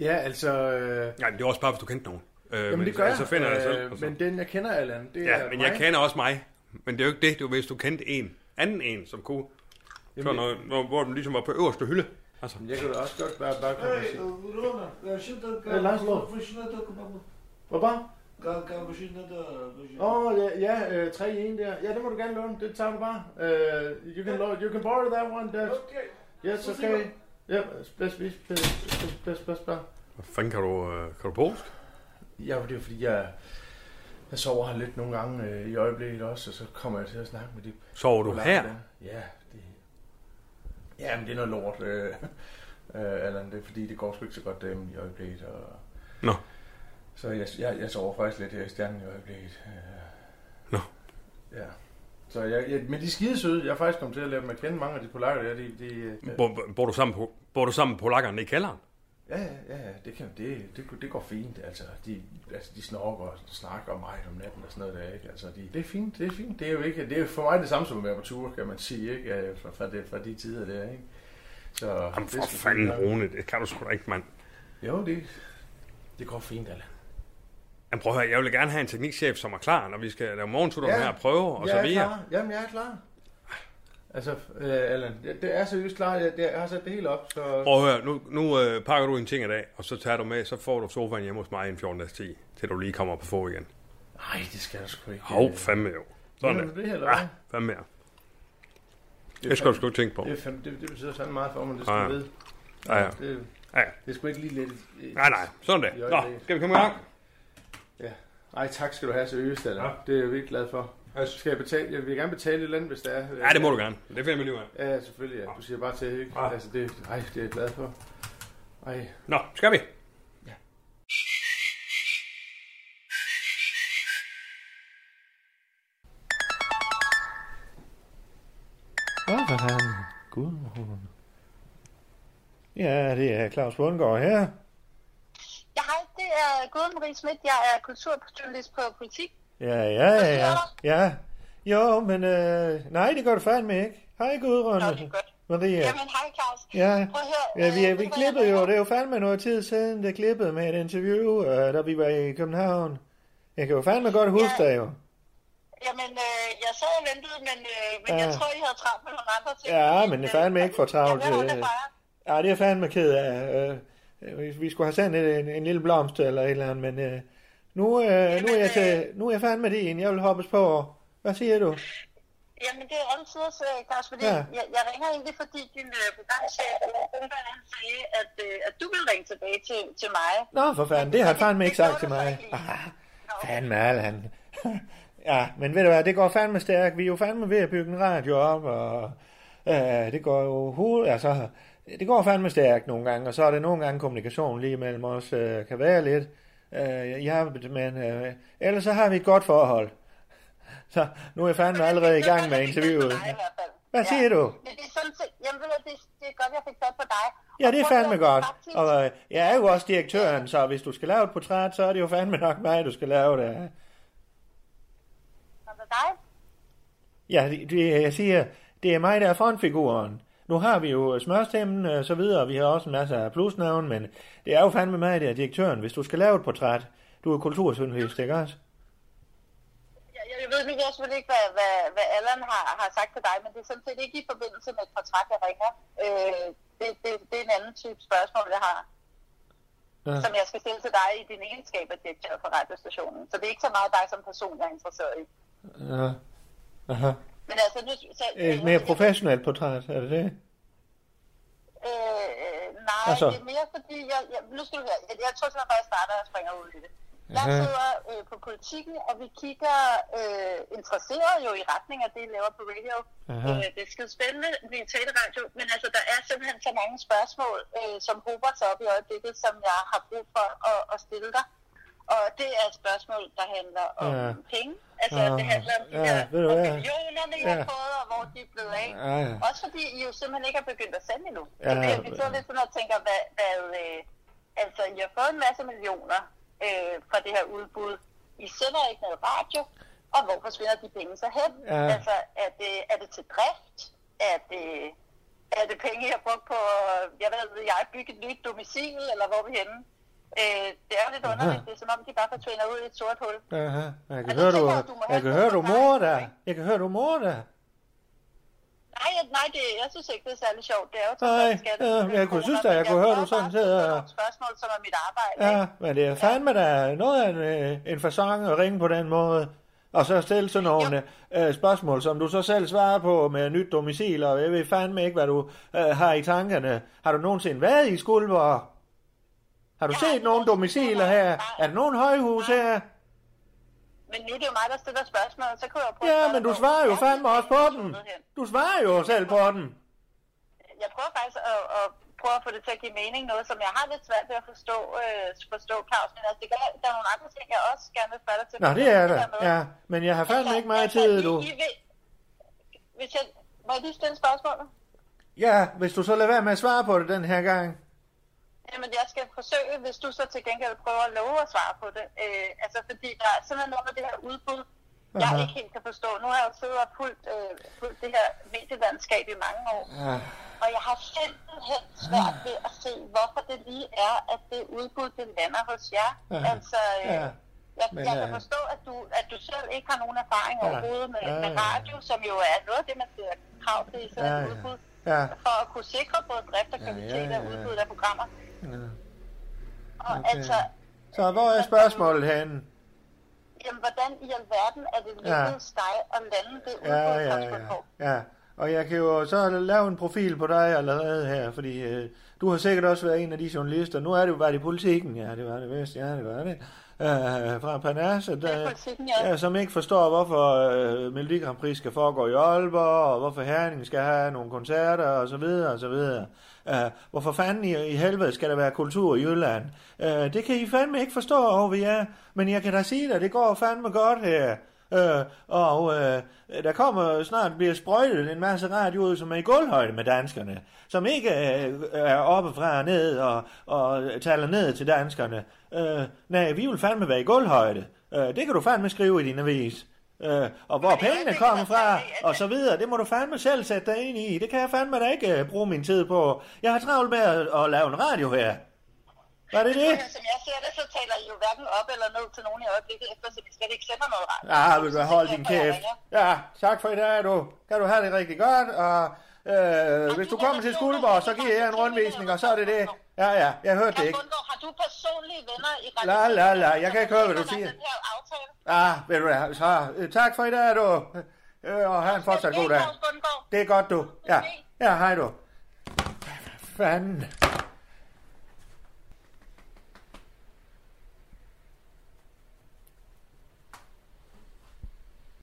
Speaker 1: Ja, altså... Øh,
Speaker 6: Nej, det er også bare, hvis du kendte nogen. Øh,
Speaker 1: jamen, det gør
Speaker 6: altså, Så finder jeg selv.
Speaker 1: Øh,
Speaker 6: Altså.
Speaker 1: men den, jeg kender, Allan, det
Speaker 6: ja,
Speaker 1: er
Speaker 6: men
Speaker 1: mig.
Speaker 6: jeg kender også mig. Men det er jo ikke det, du, hvis du kendte en, anden en, som kunne, sådan noget, hvor, hvor den ligesom var på øverste hylde. Altså,
Speaker 1: Jeg kan da også godt bare, bare komme og sige.
Speaker 8: Рона, вообще только...
Speaker 1: Э, Лазло.
Speaker 8: Обычно только бабу.
Speaker 1: Hvor bare?
Speaker 8: Как обычно, да. обычно.
Speaker 1: Åh, oh, ja, ja øh, 3 i 1 der. Ja, det må du gerne låne. Det tager du bare. Uh, you, can lo- you can borrow that one. That's,
Speaker 8: Окей.
Speaker 1: yes, okay. Ja, splash, splash, splash, splash, splash, splash.
Speaker 6: hvad fanden kan du, øh, kan du polsk?
Speaker 1: Ja, for det er jo fordi, jeg, jeg sover her lidt nogle gange øh, i øjeblikket også, og så kommer jeg til at snakke med de...
Speaker 6: Sover du her?
Speaker 1: Ja, det... Ja, men det er noget lort, øh, [LAUGHS] øh, Allan. Det er fordi, det går sgu ikke så godt dem i øjeblikket, og...
Speaker 6: Nå.
Speaker 1: Så jeg, jeg, jeg sover faktisk lidt her i stjernen i øjeblikket. Øh,
Speaker 6: Nå.
Speaker 1: Ja. Så jeg, jeg, men de er skide søde. Jeg er faktisk kommet til at lære dem at kende mange af de polakker der. De, de, øh,
Speaker 6: Bor, bor, du sammen på, bor du sammen med polakkerne i kælderen?
Speaker 1: Ja, ja, ja, ja, det, kan, det, det, det går fint. Altså, de, altså, de snorker og snakker om mig om natten og sådan noget der, ikke? Altså, de, det er fint, det er fint. Det er jo ikke, det er for mig det samme som at være på tur, kan man sige, ikke? Øh, Fra, fra, det, fra de tider der, ikke? Så,
Speaker 6: Jamen
Speaker 1: det
Speaker 6: for
Speaker 1: er sgu
Speaker 6: fanden,
Speaker 1: fint nok.
Speaker 6: Rune, det kan du sgu da ikke, mand.
Speaker 1: Jo, det, det går fint, Allan.
Speaker 6: Jamen prøv at høre, jeg vil gerne have en teknikchef, som er klar, når vi skal lave morgentutter
Speaker 1: Ja,
Speaker 6: ja. her og prøve, og
Speaker 1: jeg
Speaker 6: så
Speaker 1: er
Speaker 6: videre.
Speaker 1: klar. Jamen, jeg er klar. Altså, øh, Allan, det, det er seriøst klar. Jeg, det, jeg har sat det hele op, så...
Speaker 6: Prøv at høre, nu, nu øh, pakker du en ting i dag, og så tager du med, så får du sofaen hjemme hos mig en 14 dags tid, til du lige kommer på få igen.
Speaker 1: Nej, det skal jeg sgu ikke.
Speaker 6: Hov, fandme jo. Sådan
Speaker 1: Mener du det, eller
Speaker 6: Ja,
Speaker 1: hvad?
Speaker 6: fandme ja. Det skal du sgu ikke tænke på.
Speaker 1: Det, er fandme- det, det betyder sådan meget for mig, det skal
Speaker 6: Ja, ja.
Speaker 1: jeg vide.
Speaker 6: Ja, ja.
Speaker 1: Det,
Speaker 6: Ja, ja.
Speaker 1: det er sgu ikke lige lidt... øh,
Speaker 6: Nej, nej, sådan det.
Speaker 1: I øjeblikket.
Speaker 6: Nå, skal vi komme i gang?
Speaker 1: Ej, tak skal du have, seriøst, Allan.
Speaker 6: Ja.
Speaker 1: Ja. Det er jeg virkelig glad for.
Speaker 6: Yes.
Speaker 1: Skal jeg betale? Jeg vil gerne betale et eller andet, hvis Ah. det Ah. er. øh,
Speaker 6: Ja, det må du gerne. Det finder vi lige ud af.
Speaker 1: Ja, selvfølgelig. Ja. Du siger bare til, ikke?
Speaker 6: Ja.
Speaker 1: Ja. Altså, det, ej, det er jeg glad for. Ej.
Speaker 6: Nå, skal vi?
Speaker 1: Gud, Ja, det er Claus Bundgaard her.
Speaker 9: Ja, hej, det er Gud Marie Schmidt. Jeg er kulturjournalist på politik.
Speaker 1: Ja, ja,
Speaker 9: ja.
Speaker 1: Ja. Jo, men øh, nej, det gør du fandme ikke. Hej, Gudrun.
Speaker 9: Nå, det er godt.
Speaker 1: Maria.
Speaker 9: Jamen, hej Claus.
Speaker 1: Ja.
Speaker 9: Prøv at høre.
Speaker 1: Ja, vi, vi
Speaker 9: øh, ved du, hvad
Speaker 1: klippede
Speaker 9: jeg
Speaker 1: jo,
Speaker 9: mener?
Speaker 1: det er jo fandme noget tid siden, det klippede med et interview, øh, da vi var i København. Jeg kan jo fandme godt huske
Speaker 9: Ja.
Speaker 1: dig jo.
Speaker 9: Jamen, øh, jeg sad og ventede, men, øh, men ja. jeg
Speaker 1: Ja.
Speaker 9: tror, I havde travlt med nogle andre ting.
Speaker 1: Ja, men det er fandme ikke for travlt øh.
Speaker 9: Jeg ved,
Speaker 1: til-
Speaker 9: hun er bare-
Speaker 1: Ja, det er jeg fandme ked af. Øh, vi- vi skulle have sendt et- en, en lille blomst eller et eller andet, men øh, nu, øh, nu, er jeg til, nu er jeg fandme din. Jeg vil hoppes på. Hvad siger du?
Speaker 9: Jamen, det er alle tiders, øh, Claus, fordi
Speaker 1: Ja.
Speaker 9: ja. jeg, jeg ringer egentlig, fordi din øh, programchef, eller Ungberg, han sagde, at, øh, at du vil ringe tilbage til, til mig.
Speaker 1: Nå, for fanden, det har fandme ikke sagt til mig.
Speaker 9: Det gjorde du så
Speaker 1: Ah, fandme al han. [LAUGHS] ja, men ved du hvad, det går fandme stærkt. Vi er jo fandme ved at bygge en radio op, og øh, det går jo hoved, altså, det går fandme stærkt nogle gange, og så er det nogle gange kommunikation lige mellem os, øh, kan være lidt. Øh, ja, men øh, ellers så har vi et godt forhold. [LAUGHS] Så nu er jeg fandme allerede i gang med interviewet. Hvad siger du?
Speaker 9: Men det er sådan set, jamen ved du, det, det er godt, jeg fik fat på dig.
Speaker 1: Ja,
Speaker 9: Og
Speaker 1: det er
Speaker 9: prøv at
Speaker 1: fandme
Speaker 9: høre,
Speaker 1: godt.
Speaker 9: faktisk-
Speaker 1: Og øh, jeg er jo også direktøren, så hvis du skal lave et portræt, så er det jo fandme nok mig, du skal lave det.
Speaker 9: Og med dig?
Speaker 1: Ja, det, det- jeg siger, det er mig, der er frontfiguren. Nu har vi jo smørstemmen og så videre, og vi har også en masse af plusnavn, men det er jo fandme mig, der er direktøren, hvis du skal lave et portræt. Du er kultursundhedst, ikke også?
Speaker 9: Jeg, jeg ved nu, jeg selvfølgelig ikke, hvad, hvad, hvad Allan har, har sagt til dig, men det er sådan set ikke i forbindelse med et portræt, jeg ringer. Øh, det, det, det er en anden type spørgsmål, jeg har.
Speaker 1: Ja.
Speaker 9: som jeg skal stille til dig i din egenskab af direktør for radiostationen. Så det er ikke så meget dig som person, jeg er interesseret i.
Speaker 1: Ja. Aha. Øh,
Speaker 9: Men altså, nu, så,
Speaker 1: Et mere professionelt portræt, er det det?
Speaker 9: Øh, øh, nej,
Speaker 1: Altså.
Speaker 9: altså. det er mere fordi, jeg, jeg, nu skal du høre, jeg, jeg tror simpelthen bare, jeg starter og springer ud i det. Jeg
Speaker 1: Aha.
Speaker 9: sidder øh, på politikken, og vi kigger øh, interesseret jo i retning af det, I laver på radio.
Speaker 1: Aha.
Speaker 9: Øh, det er skide spændende, det er teleradio, men altså, der er simpelthen så mange spørgsmål, øh, som hober sig op i øjeblikket, som jeg har brug for at, at stille dig. Og det er et spørgsmål, der handler om
Speaker 1: Ja.
Speaker 9: ja. penge. Altså,
Speaker 1: Ah,
Speaker 9: det handler om de
Speaker 1: ja,
Speaker 9: her
Speaker 1: ved du hvad?
Speaker 9: millionerne, jeg har
Speaker 1: Ja.
Speaker 9: fået, og hvor de er blevet af.
Speaker 1: Ja, ja.
Speaker 9: Også fordi I jo simpelthen ikke har begyndt at sende endnu.
Speaker 1: Ja.
Speaker 9: Ja, det, vi sidder lidt sådan og tænker, hvad, hvad, øh, altså I har fået en masse millioner øh, fra det her udbud. I sender ikke noget radio, og hvor forsvinder de penge så hen?
Speaker 1: Ja.
Speaker 9: Altså er det, er det til drift? Er det, er det penge, jeg har brugt på, øh, jeg ved, jeg har bygget et nyt domicil, eller hvor er vi henne? Øh, det er jo lidt underligt, det er som om, de bare forsvinder ud i et sort hul.
Speaker 1: Aha. Jeg kan
Speaker 9: Altså,
Speaker 1: høre,
Speaker 9: det
Speaker 1: du,
Speaker 9: her, du må
Speaker 1: jeg
Speaker 9: have
Speaker 1: kan
Speaker 9: et
Speaker 1: høre, du
Speaker 9: portræt,
Speaker 1: mor der.
Speaker 9: ikke?
Speaker 1: Jeg kan høre, du mor der.
Speaker 9: Nej, jeg, nej det, jeg synes ikke, det er særlig sjovt. Det er jo
Speaker 1: Nej,
Speaker 9: sådan, skat-
Speaker 1: øh, jeg kunne synes da, jeg kunne høre, du sådan
Speaker 9: Jeg prøver
Speaker 1: sidder-
Speaker 9: bare at stille nogle spørgsmål, som er mit arbejde.
Speaker 1: Ja,
Speaker 9: ikke?
Speaker 1: men det er fandme da noget af en, øh, en fasong at ringe på den måde. Og så stille sådan nogle øh, spørgsmål, som du så selv svarer på med nyt domicil, og jeg ved fandme ikke, hvad du øh, har i tankerne. Har du nogensinde været i Skulver? Har du
Speaker 9: Jeg har
Speaker 1: set
Speaker 9: ikke
Speaker 1: nogle
Speaker 9: været i
Speaker 1: domiciler
Speaker 9: Skuldborg,
Speaker 1: her?
Speaker 9: nej.
Speaker 1: Er der nogen højhus her?
Speaker 9: Men nu er det jo mig, der stiller spørgsmål, så kunne jeg jo prøve at
Speaker 1: Ja,
Speaker 9: svare
Speaker 1: men du
Speaker 9: på,
Speaker 1: svarer jo
Speaker 9: hvor er
Speaker 1: fandme
Speaker 9: det,
Speaker 1: også på dem.
Speaker 9: hen?
Speaker 1: Du svarer jo selv på dem.
Speaker 9: Jeg prøver faktisk at, at prøve at få det til at give mening, noget som jeg har lidt svært ved at forstå, øh, forstå Claus, men altså, det gør, der er nogle andre ting, jeg også gerne vil spørge dig til.
Speaker 1: Nå,
Speaker 9: for
Speaker 1: det er
Speaker 9: eksempel
Speaker 1: der.
Speaker 9: der med-
Speaker 1: Ja, men jeg har fandme
Speaker 9: Altså,
Speaker 1: ikke meget
Speaker 9: altså, I-
Speaker 1: tid, du.
Speaker 9: I vil- Hvis jeg, må jeg lige stille spørgsmålet?
Speaker 1: Ja, hvis du så lader være med at svare på det den her gang.
Speaker 9: Jamen, jeg skal forsøge, hvis du så til gengæld prøver at love at svare på det. Øh, altså, fordi der er simpelthen noget med det her udbud, Aha. jeg
Speaker 1: Aha.
Speaker 9: ikke helt kan forstå. Nu har jeg jo siddet og fulgt, øh, fulgt det her medielandskab i mange år.
Speaker 1: Ah.
Speaker 9: Og jeg har simpelthen svært ved at se, hvorfor det lige er, at det udbud, det lander hos jer.
Speaker 1: Ja.
Speaker 9: Altså, øh,
Speaker 1: Ja.
Speaker 9: jeg,
Speaker 1: Men,
Speaker 9: jeg kan
Speaker 1: øh,
Speaker 9: forstå, at du, at du selv ikke har nogen erfaring
Speaker 1: Ja.
Speaker 9: overhovedet med,
Speaker 1: Ja,
Speaker 9: med
Speaker 1: ja.
Speaker 9: radio, som jo er noget af det, man stiller krav til i sådan
Speaker 1: Ja,
Speaker 9: et
Speaker 1: ja.
Speaker 9: udbud
Speaker 1: Ja.
Speaker 9: for at kunne sikre både drift og kvalitet
Speaker 1: ja,
Speaker 9: og
Speaker 1: ja.
Speaker 9: udbuddet af programmer. Og
Speaker 1: Okay.
Speaker 9: altså,
Speaker 1: Så hvor er spørgsmålet henne?
Speaker 9: jamen, hvordan i alverden er det lykkedes dig at lande det udbud,
Speaker 1: Ja, ja,
Speaker 9: som du
Speaker 1: ja,
Speaker 9: får?
Speaker 1: ja. Og jeg kan jo så lave en profil på dig allerede her, fordi øh, du har sikkert også været en af de journalister. Nu er det jo bare i politikken, ja, det var det vist, ja, det var det. Øh, fra Panache,
Speaker 9: Det er
Speaker 1: der,
Speaker 9: Politiken, ja.
Speaker 1: ja, som ikke forstår, hvorfor øh, Melodi Grand Prix skal foregå i Aalborg, og hvorfor Herning skal have nogle koncerter, og så videre, og så videre. Øh, hvorfor fanden i, i helvede skal der være kultur i Jylland? Øh, det kan I fandme ikke forstå, over jer, men jeg kan da sige dig, det går fandme godt her. Øh, og øh, der kommer snart bliver sprøjtet en masse radio ud, som er i gulvhøjde med danskerne, som ikke øh, er oppe fra og ned og, og taler ned til danskerne. Øh, nej, vi vil fandme være i gulvhøjde. Øh, det kan du fandme skrive i din avis. Øh, og hvor
Speaker 9: Men det er
Speaker 1: pengene
Speaker 9: ikke
Speaker 1: kommer fra,
Speaker 9: sådan, at-
Speaker 1: og så videre, det må du fandme selv sætte dig ind i. Det kan jeg fandme da ikke øh, bruge min tid på. Jeg har travlt med at, at lave en radio her. Var det det?
Speaker 9: Som jeg ser det, så taler I jo hverken op eller ned til nogen i øjeblikket, eftersom I slet ikke sender noget ret.
Speaker 1: Ja, Ah, vil du holde
Speaker 9: Så
Speaker 1: din
Speaker 9: derfor, jeg
Speaker 1: kæft.
Speaker 9: ringer.
Speaker 1: Ja, tak for i dag, du. Kan du have det rigtig godt, og øh, hvis du kommer til Skuldborg, så giver jeg en rundvisning, og så er det det. Ja, ja, jeg hørte det
Speaker 9: Jan
Speaker 1: ikke.
Speaker 9: Bundgaard, har du personlige venner i Radio
Speaker 1: La, la, la,
Speaker 9: Fire,
Speaker 1: jeg kan
Speaker 9: som
Speaker 1: ikke høre, hvad du
Speaker 9: har
Speaker 1: siger.
Speaker 9: den her aftale?
Speaker 1: Ah, ved du hvad, så øh, tak for i dag, du. Øh, og have en fortsat god dag.
Speaker 9: Claus Bundgaard.
Speaker 1: Det er godt, du. Ja, ja hej du. Fanden.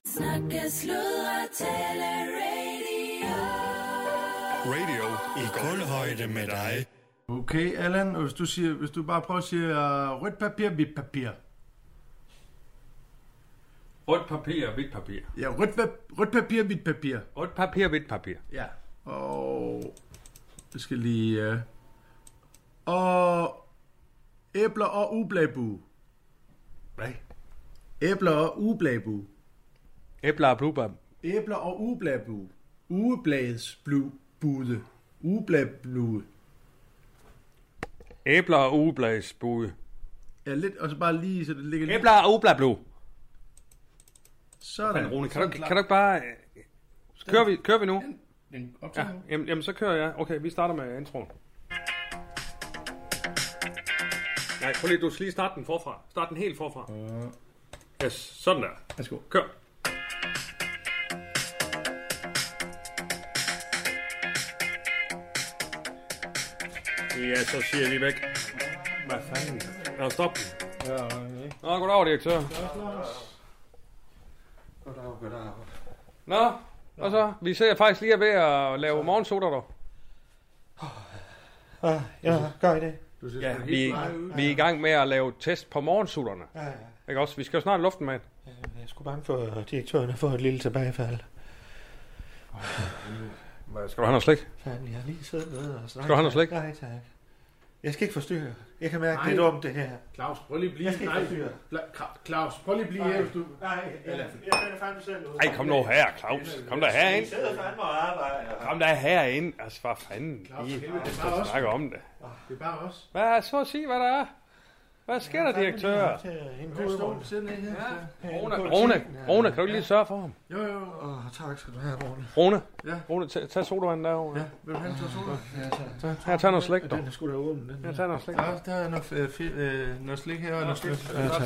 Speaker 2: Snakke, sludre, tale radio.
Speaker 3: Radio i kulhøjde med dig.
Speaker 1: Okay, Allan, og hvis du, siger, hvis du bare prøver at sige uh, rødt papir, hvidt papir.
Speaker 6: Rødt papir, hvidt papir.
Speaker 1: Ja, rødt, pa- rødt papir, hvidt papir.
Speaker 6: Rødt papir, hvidt papir.
Speaker 1: Ja. Og jeg skal lige... Uh... Og æbler og ublabu.
Speaker 6: Hvad?
Speaker 1: Æbler og ublabu.
Speaker 6: Æbler og blubber.
Speaker 1: Æbler og ublabu. Ugebladets blu bude. Ugebladblude.
Speaker 6: Æbler og ugebladsbude.
Speaker 1: Ja, lidt, og så bare lige, så det ligger lidt.
Speaker 6: Æbler og ugebladblue.
Speaker 1: Sådan.
Speaker 6: Rune, kan du, kan du ikke bare... øh, Kører vi, kører vi nu?
Speaker 1: Den
Speaker 6: Ja,
Speaker 1: optager nu.
Speaker 6: jamen, jamen, så kører jeg. Okay, vi starter med introen. Nej, prøv lige, du skal lige starte den forfra. Start den helt forfra. Yes, sådan der.
Speaker 1: Øh. Værsgo.
Speaker 6: Kør. Ja, så siger de væk. Hvad fanden? Nå, stop den.
Speaker 1: Ja, okay.
Speaker 6: Nå, goddag, direktør.
Speaker 1: Goddag, goddag.
Speaker 6: Nå, og så? Vi ser faktisk lige er ved at lave morgensoda, dog.
Speaker 10: Ah, ja, gør I det?
Speaker 1: Du ser
Speaker 6: Ja, vi, vi er i gang med at lave test på morgensutterne.
Speaker 10: Ja, ja.
Speaker 6: Ikke også? Vi skal jo snart i luften med.
Speaker 10: Jeg er sgu bange for, at direktøren har fået et lille tilbagefald.
Speaker 6: Skal du have noget slik?
Speaker 10: Fanden, jeg har lige siddet nede og snakket.
Speaker 6: Skal du have noget slik?
Speaker 10: Nej, tak. Jeg skal ikke forstyrre. Jeg kan mærke, det er dumt, det her.
Speaker 1: Claus, prøv lige at blive.
Speaker 10: Jeg skal ikke forstyrre.
Speaker 1: Bla- Kra- Claus, prøv lige at blive her, hvis du...
Speaker 10: Nej, jeg, jeg finder fandme selv ud.
Speaker 6: Ej, kom nu her, Claus. Kom der herind.
Speaker 10: sidder fandme og arbejder.
Speaker 6: Kom der herind. Altså, hvad fanden?
Speaker 1: Claus,
Speaker 6: I
Speaker 1: for helvede, det er bare os. Ah,
Speaker 6: snakker om det.
Speaker 1: Det er bare os.
Speaker 6: Hvad er så at sige, hvad der er? Hvad sker der, direktør?
Speaker 10: En
Speaker 1: Du
Speaker 10: god
Speaker 1: står
Speaker 10: runde.
Speaker 1: selv ned her.
Speaker 6: Rune, Rune, Rune, kan du ikke lige sørge for ham?
Speaker 1: Jo, jo, jo.
Speaker 10: Åh, tak skal du have, Rune.
Speaker 6: Rune,
Speaker 1: Ja.
Speaker 6: Rune, tag, tag sodavand derovre.
Speaker 1: Ja, vil du have en tår soda?
Speaker 10: Ja, tak.
Speaker 6: Her, tag noget slik, dog.
Speaker 10: Den er sgu da åben, den
Speaker 6: Her,
Speaker 10: der.
Speaker 6: tag noget slik.
Speaker 1: Ja, der er noget, øh, fi- øh, noget slik her og noget slik.
Speaker 10: Ja, tak.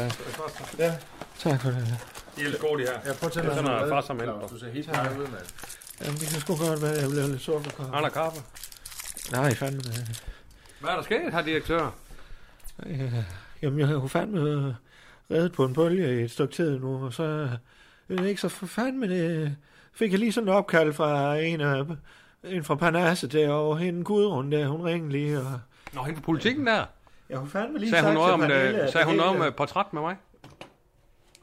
Speaker 10: Ja, tak for det.
Speaker 6: De er lidt gode, de her.
Speaker 1: Ja, prøv at tage
Speaker 6: Det er
Speaker 1: noget
Speaker 6: sådan noget
Speaker 1: chokolade,
Speaker 6: far som helvede.
Speaker 1: Claus. Du ser helt klar ud, mand.
Speaker 10: Jamen, det kan sgu godt være, at jeg bliver lidt sukkerkop.
Speaker 6: Har der kaffe?
Speaker 10: Nej, fandme det.
Speaker 6: Hvad er der sket her, direktør?
Speaker 10: Ja, Øh, jamen, jeg har jo fandme øh, reddet på en bølge i et stykke tid nu, og så... Øh, ikke så for fandme det... Fik jeg lige sådan en opkald fra en, af, en fra Parnasse derovre, hende Gudrun der, hun ringede lige, og...
Speaker 6: Nå, hende på politikken der.
Speaker 10: Jeg har fandme lige
Speaker 6: Sagde hun
Speaker 10: sagt
Speaker 6: noget
Speaker 10: til
Speaker 6: om,
Speaker 10: Pernille,
Speaker 6: øh,
Speaker 10: at
Speaker 6: sagde hun
Speaker 10: det
Speaker 6: noget om
Speaker 10: hele-
Speaker 6: øh, portræt med mig?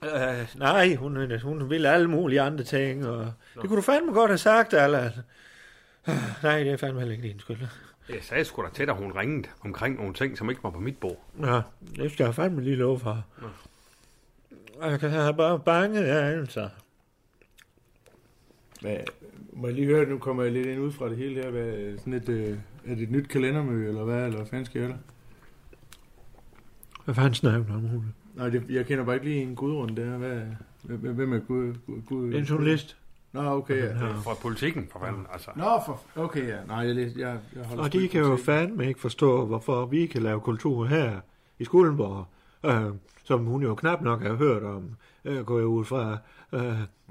Speaker 10: Øh, nej, hun, øh, hun ville alle mulige andre ting, og... Det kunne du fandme godt have sagt, Allan. Øh, Nej, det er fandme heller ikke din skyld.
Speaker 6: Jeg sagde sgu da til dig, hun ringede omkring nogle ting, som ikke var på mit bord.
Speaker 10: Ja, det skal jeg fandme lige love for. Og Jeg kan have bare bange anelser.
Speaker 1: Hvad, må jeg lige høre, nu kommer jeg lidt ind ud fra det hele her. Hvad, sådan et, øh, er det et nyt kalendermøde, eller hvad, eller hvad fanden sker der?
Speaker 10: Hvad fanden snakker du om, Ole?
Speaker 1: Nej, det, jeg kender bare ikke lige en gudrund der. Hvad, hvem hvem er gud? gud, gud
Speaker 10: Det er en journalist.
Speaker 1: Nå, okay, ja.
Speaker 6: Fra politikken, for fanden, altså.
Speaker 1: Nå, for... Okay, ja. Nej, jeg, læste- jeg, jeg holder
Speaker 10: Og
Speaker 1: sgu
Speaker 10: de
Speaker 1: ikke
Speaker 10: kan jo
Speaker 1: politik.
Speaker 10: fandme ikke forstå, hvorfor vi kan lave kultur her i Skuldenborg, øh, som hun jo knap nok har hørt om, øh, går jeg ud fra. Øh,